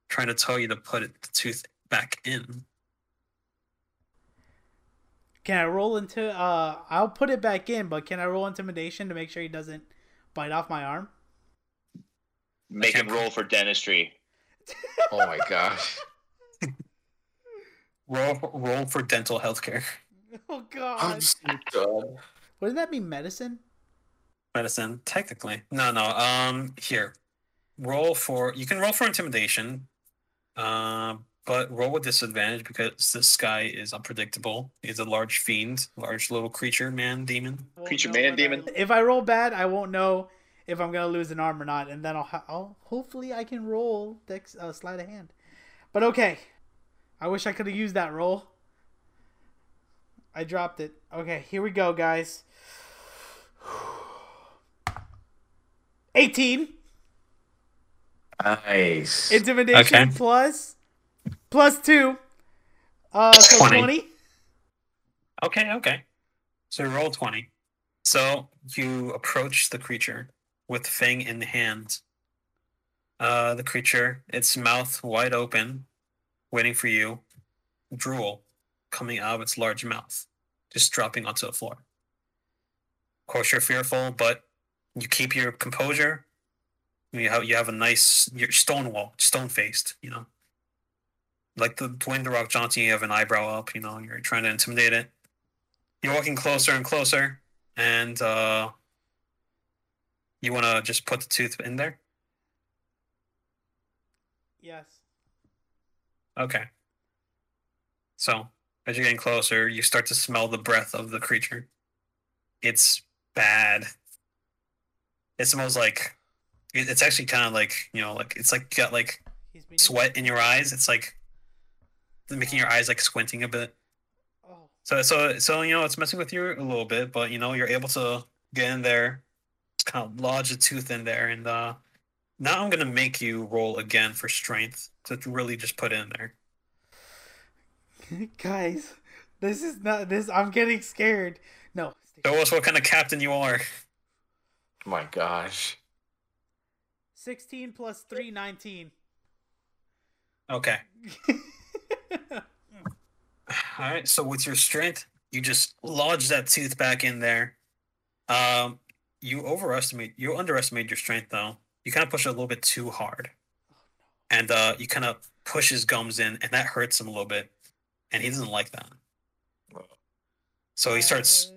S1: trying to tell you to put it, the tooth back in.
S2: Can I roll into uh I'll put it back in, but can I roll intimidation to make sure he doesn't bite off my arm?
S5: Make him roll for dentistry.
S3: Oh my gosh.
S1: Roll, roll for dental healthcare
S2: [LAUGHS] Oh god.
S3: [LAUGHS] I'm so done.
S2: Wouldn't that be medicine?
S1: medicine, technically. No, no. Um, here, roll for you can roll for intimidation, uh, but roll with disadvantage because this guy is unpredictable. He's a large fiend, large little creature, man, demon.
S2: Won't
S5: Creature
S2: know
S5: man,
S2: when I-
S5: demon.
S2: if I roll bad, I won't know if I'm gonna lose an arm or not, and then I'll, ha- I'll hopefully I can roll dex uh, sleight of hand. But okay, I wish I could have used that roll. I dropped it. Okay, here we go, guys. [SIGHS] Eighteen
S3: Nice.
S2: intimidation
S1: Okay.
S2: plus plus two. Uh, so
S1: 20.
S2: 20?
S1: Okay, okay. So roll 20. So you approach the creature with Fang in hand. Uh, the creature, its mouth wide open, waiting for you. Drool coming out of its large mouth, just dropping onto the floor. Of course, you're fearful, but you keep your composure. You have you have a nice you're stone wall, stone faced, you know. Like the Dwayne the Rock Johnson, you have an eyebrow up, you know, you're trying to intimidate it you're walking closer and closer, and uh, you want to just put the tooth in there.
S2: Yes.
S1: Okay. So as you're getting closer, you start to smell the breath of the creature. It's bad. It smells like it- it's actually kind of like you know, like it's like you got like
S2: He's been
S1: sweat in your eyes. It's like making your eyes like squinting a bit.
S2: Oh, [LAUGHS]
S1: So so so you know it's messing with you a little bit, but you know you're able to get in there, kind of lodge a tooth in there, and uh now I'm gonna make you roll again for strength to really just put it in there.
S2: guys, this is not this. I'm getting scared. No.
S1: Show us what kind of captain you are.
S3: My gosh.
S2: 16 plus 3, 19.
S1: Okay. [SIGHS] All right. So with your strength, you just lodge that tooth back in there. Um, you overestimate, you underestimate your strength though. You kind of push it a little bit too hard, and uh, you kind of push his gums in, and that hurts him a little bit, and he doesn't like that. So he starts,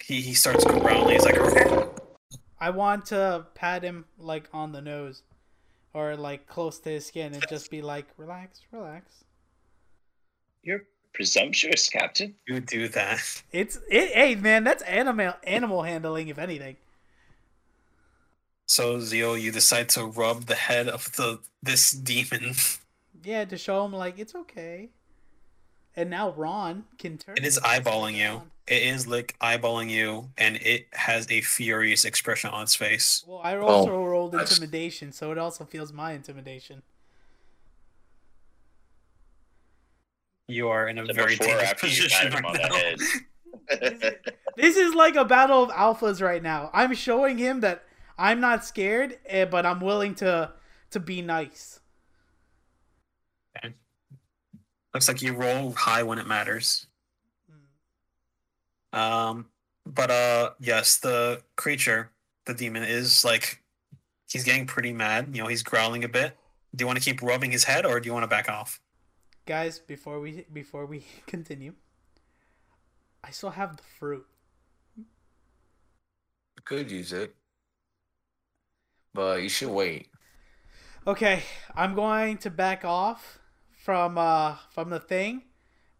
S1: he he starts growling. He's like,
S2: [LAUGHS] I want to pat him like on the nose, or like close to his skin, and just be like, "Relax, relax."
S5: You're presumptuous, Captain. [LAUGHS]
S1: "You do that." [LAUGHS]
S2: It's it. Hey, man, that's animal animal handling, if anything.
S1: So Zio, you decide to rub the head of the this demon. [LAUGHS]
S2: Yeah, to show him like it's okay. And now Ron can turn.
S1: It is eyeballing you. It is like eyeballing you, and it has a furious expression on its face.
S2: Well, I also
S3: Oh,
S2: rolled
S3: that's-
S2: intimidation, so it also feels my intimidation.
S3: [LAUGHS]
S1: You are in a
S5: The
S1: very
S5: before or
S1: dangerous
S5: after you
S1: position
S5: pat him
S1: right
S5: on
S1: now.
S5: the head.
S2: This is like a battle of alphas right now. I'm showing him that I'm not scared, eh, but I'm willing to to be nice.
S1: [LAUGHS] Looks like you roll high when it matters.
S2: Hmm.
S1: Um, but uh, yes, the creature, the demon, is like he's getting pretty mad. You know, he's growling a bit. Do you want to keep rubbing his head, or do you want to back off?
S2: Guys, before we before we [LAUGHS] continue, I still have the fruit.
S3: Could use it. But you should wait.
S2: Okay, I'm going to back off from uh from the thing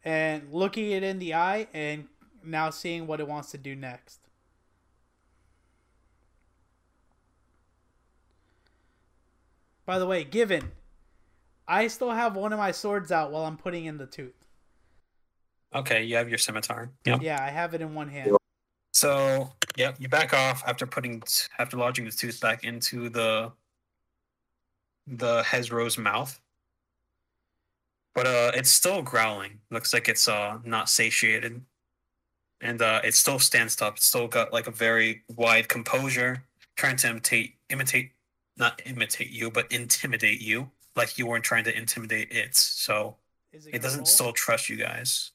S2: and looking it in the eye and now seeing what it wants to do next. By the way, given I still have one of my swords out while I'm putting in the tooth.
S1: Okay, you have your scimitar. Yep.
S2: Yeah, I have it in one hand.
S1: So, yep, you back off after putting t- after lodging the tooth back into the the Hezro's mouth. But uh it's still growling. Looks like it's uh not satiated. And uh it still stands up. It's still got like a very wide composure, trying to imitate imitate not imitate you, but intimidate you. Like you weren't trying to intimidate it. So
S2: Is
S1: it
S2: gonna roll?
S1: doesn't still trust you guys.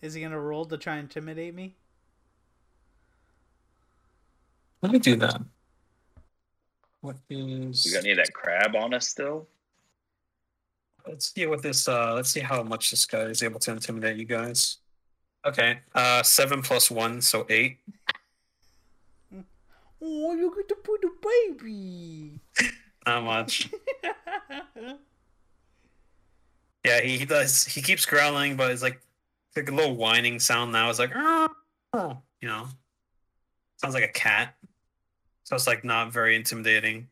S2: Is he gonna roll to try and intimidate me?
S1: Let me do that. What is
S5: you got any of that crab on us still?
S1: let's see what this uh let's see how much this guy is able to intimidate you guys okay uh seven plus one so eight
S2: Oh, you get to put the baby. [LAUGHS]
S1: not much yeah he, he does he keeps growling but it's like it's like a little whining sound now it's like oh you know sounds like a cat so it's like not very intimidating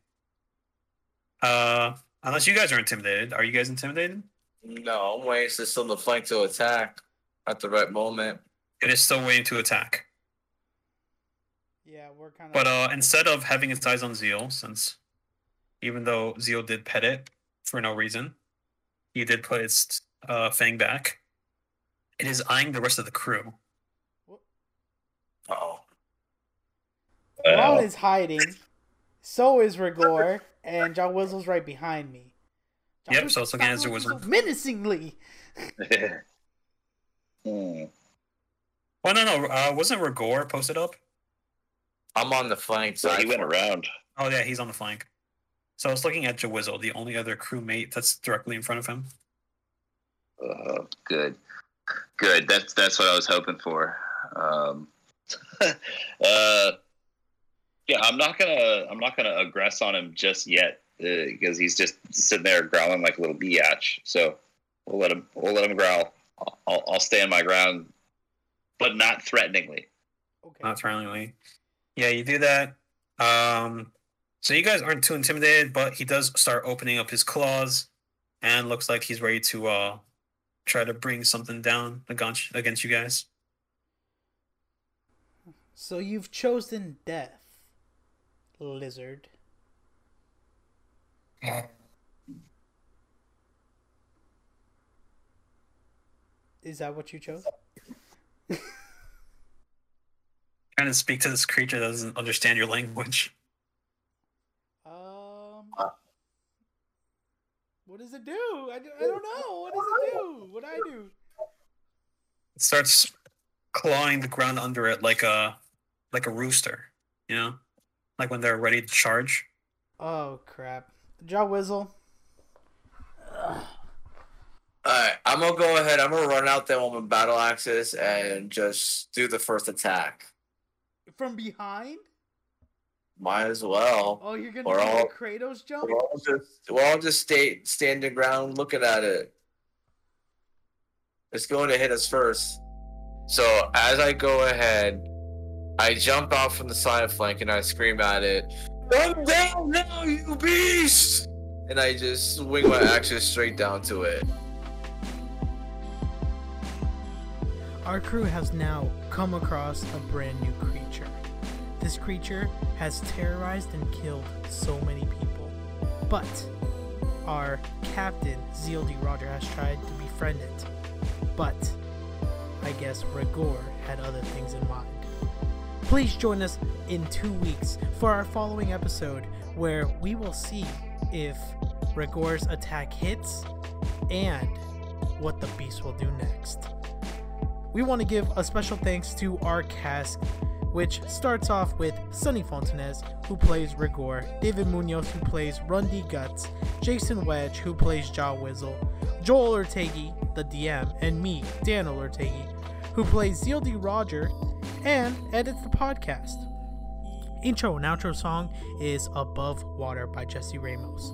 S1: uh unless you guys are intimidated are you guys intimidated
S3: No, I'm waiting to still the flank to attack at the right moment.
S1: it is still waiting to attack
S2: yeah, we're kind of.
S1: But uh, instead of having its eyes on Zeal, since even though Zeal did pet it for no reason, he did put its uh, fang back. It is eyeing the rest of the crew.
S3: Oh.
S5: Uh,
S2: Ron is hiding. So is Rigor, and John Whistle's right behind me. John
S1: Yep, so it's looking at
S2: Whistle's
S1: the wizard.
S2: so menacingly.
S5: [LAUGHS] Hmm.
S1: Well, no, no. Uh, wasn't Rigor posted up?
S3: I'm on the flank
S5: So
S3: side.
S5: he went around.
S1: Oh yeah, he's on the flank. So I was looking at Jawizzle, the only other crewmate that's directly in front of him.
S5: Oh, good, good. That's that's what I was hoping for. Um, [LAUGHS] uh, yeah, I'm not gonna I'm not gonna aggress on him just yet because he's just sitting there growling like a little biatch. So we'll let him we'll let him growl. I'll- I'll, I'll stand my ground, but not threateningly.
S2: Okay.
S1: Not friendly. Yeah, you do that. Um, so you guys aren't too intimidated, but he does start opening up his claws, and looks like he's ready to uh try to bring something down against against you guys.
S2: So you've chosen death, lizard. Is that what you chose?
S1: Trying to speak to this creature that doesn't understand your language.
S2: Um. What does it do? I, d- I don't know. What does it do? What do I do?
S1: It starts clawing the ground under it like a like a rooster, you know, like when they're ready to charge.
S2: Oh crap! Jaw Whizzle.
S3: Alright, I'm gonna go ahead. I'm gonna run out there on my battle axis and just do the first attack.
S2: From behind?
S3: Might as well.
S2: Oh, you're gonna
S3: Or
S2: do
S3: I'll-
S2: the Kratos jump?
S3: We're all just we're all just stay standing ground looking at it. It's going to hit us first. So as I go ahead, I jump out from the side flank and I scream at it, Come down now, you beast! And I just swing my axis straight down to it.
S2: Our crew has now come across a brand new creature. This creature has terrorized and killed so many people. But our captain, ZLD Roger, has tried to befriend it. But I guess Rigor had other things in mind. Please join us in two weeks for our following episode where we will see if Rigor's attack hits and what the beast will do next we want to give a special thanks to our cast, which starts off with Sonny Fontanez, who plays Rigor, David Munoz, who plays Rundy Guts, Jason Wedge, who plays Jaw Whizzle, Joel Ortegi, the DM, and me, Daniel Ortegi, who plays ZLD Roger and edits the podcast. Intro and outro song is Above Water by Jesse Ramos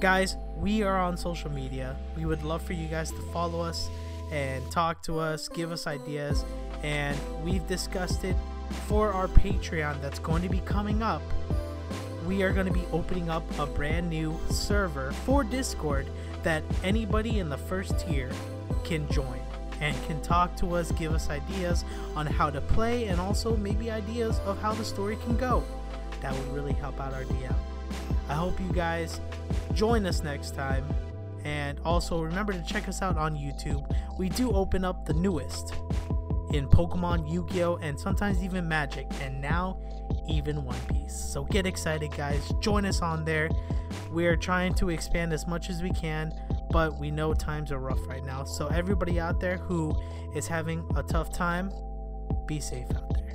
S2: guys we are on social media we would love for you guys to follow us and talk to us give us ideas and we've discussed it for our patreon that's going to be coming up we are going to be opening up a brand new server for discord that anybody in the first tier can join and can talk to us give us ideas on how to play and also maybe ideas of how the story can go that would really help out our dm i hope you guys join us next time. And also remember to check us out on YouTube. We do open up the newest in Pokemon, Yu Gi Oh!, and sometimes even Magic, and now even One Piece. So get excited, guys. Join us on there. We are trying to expand as much as we can, but we know times are rough right now. So, everybody out there who is having a tough time, be safe out there.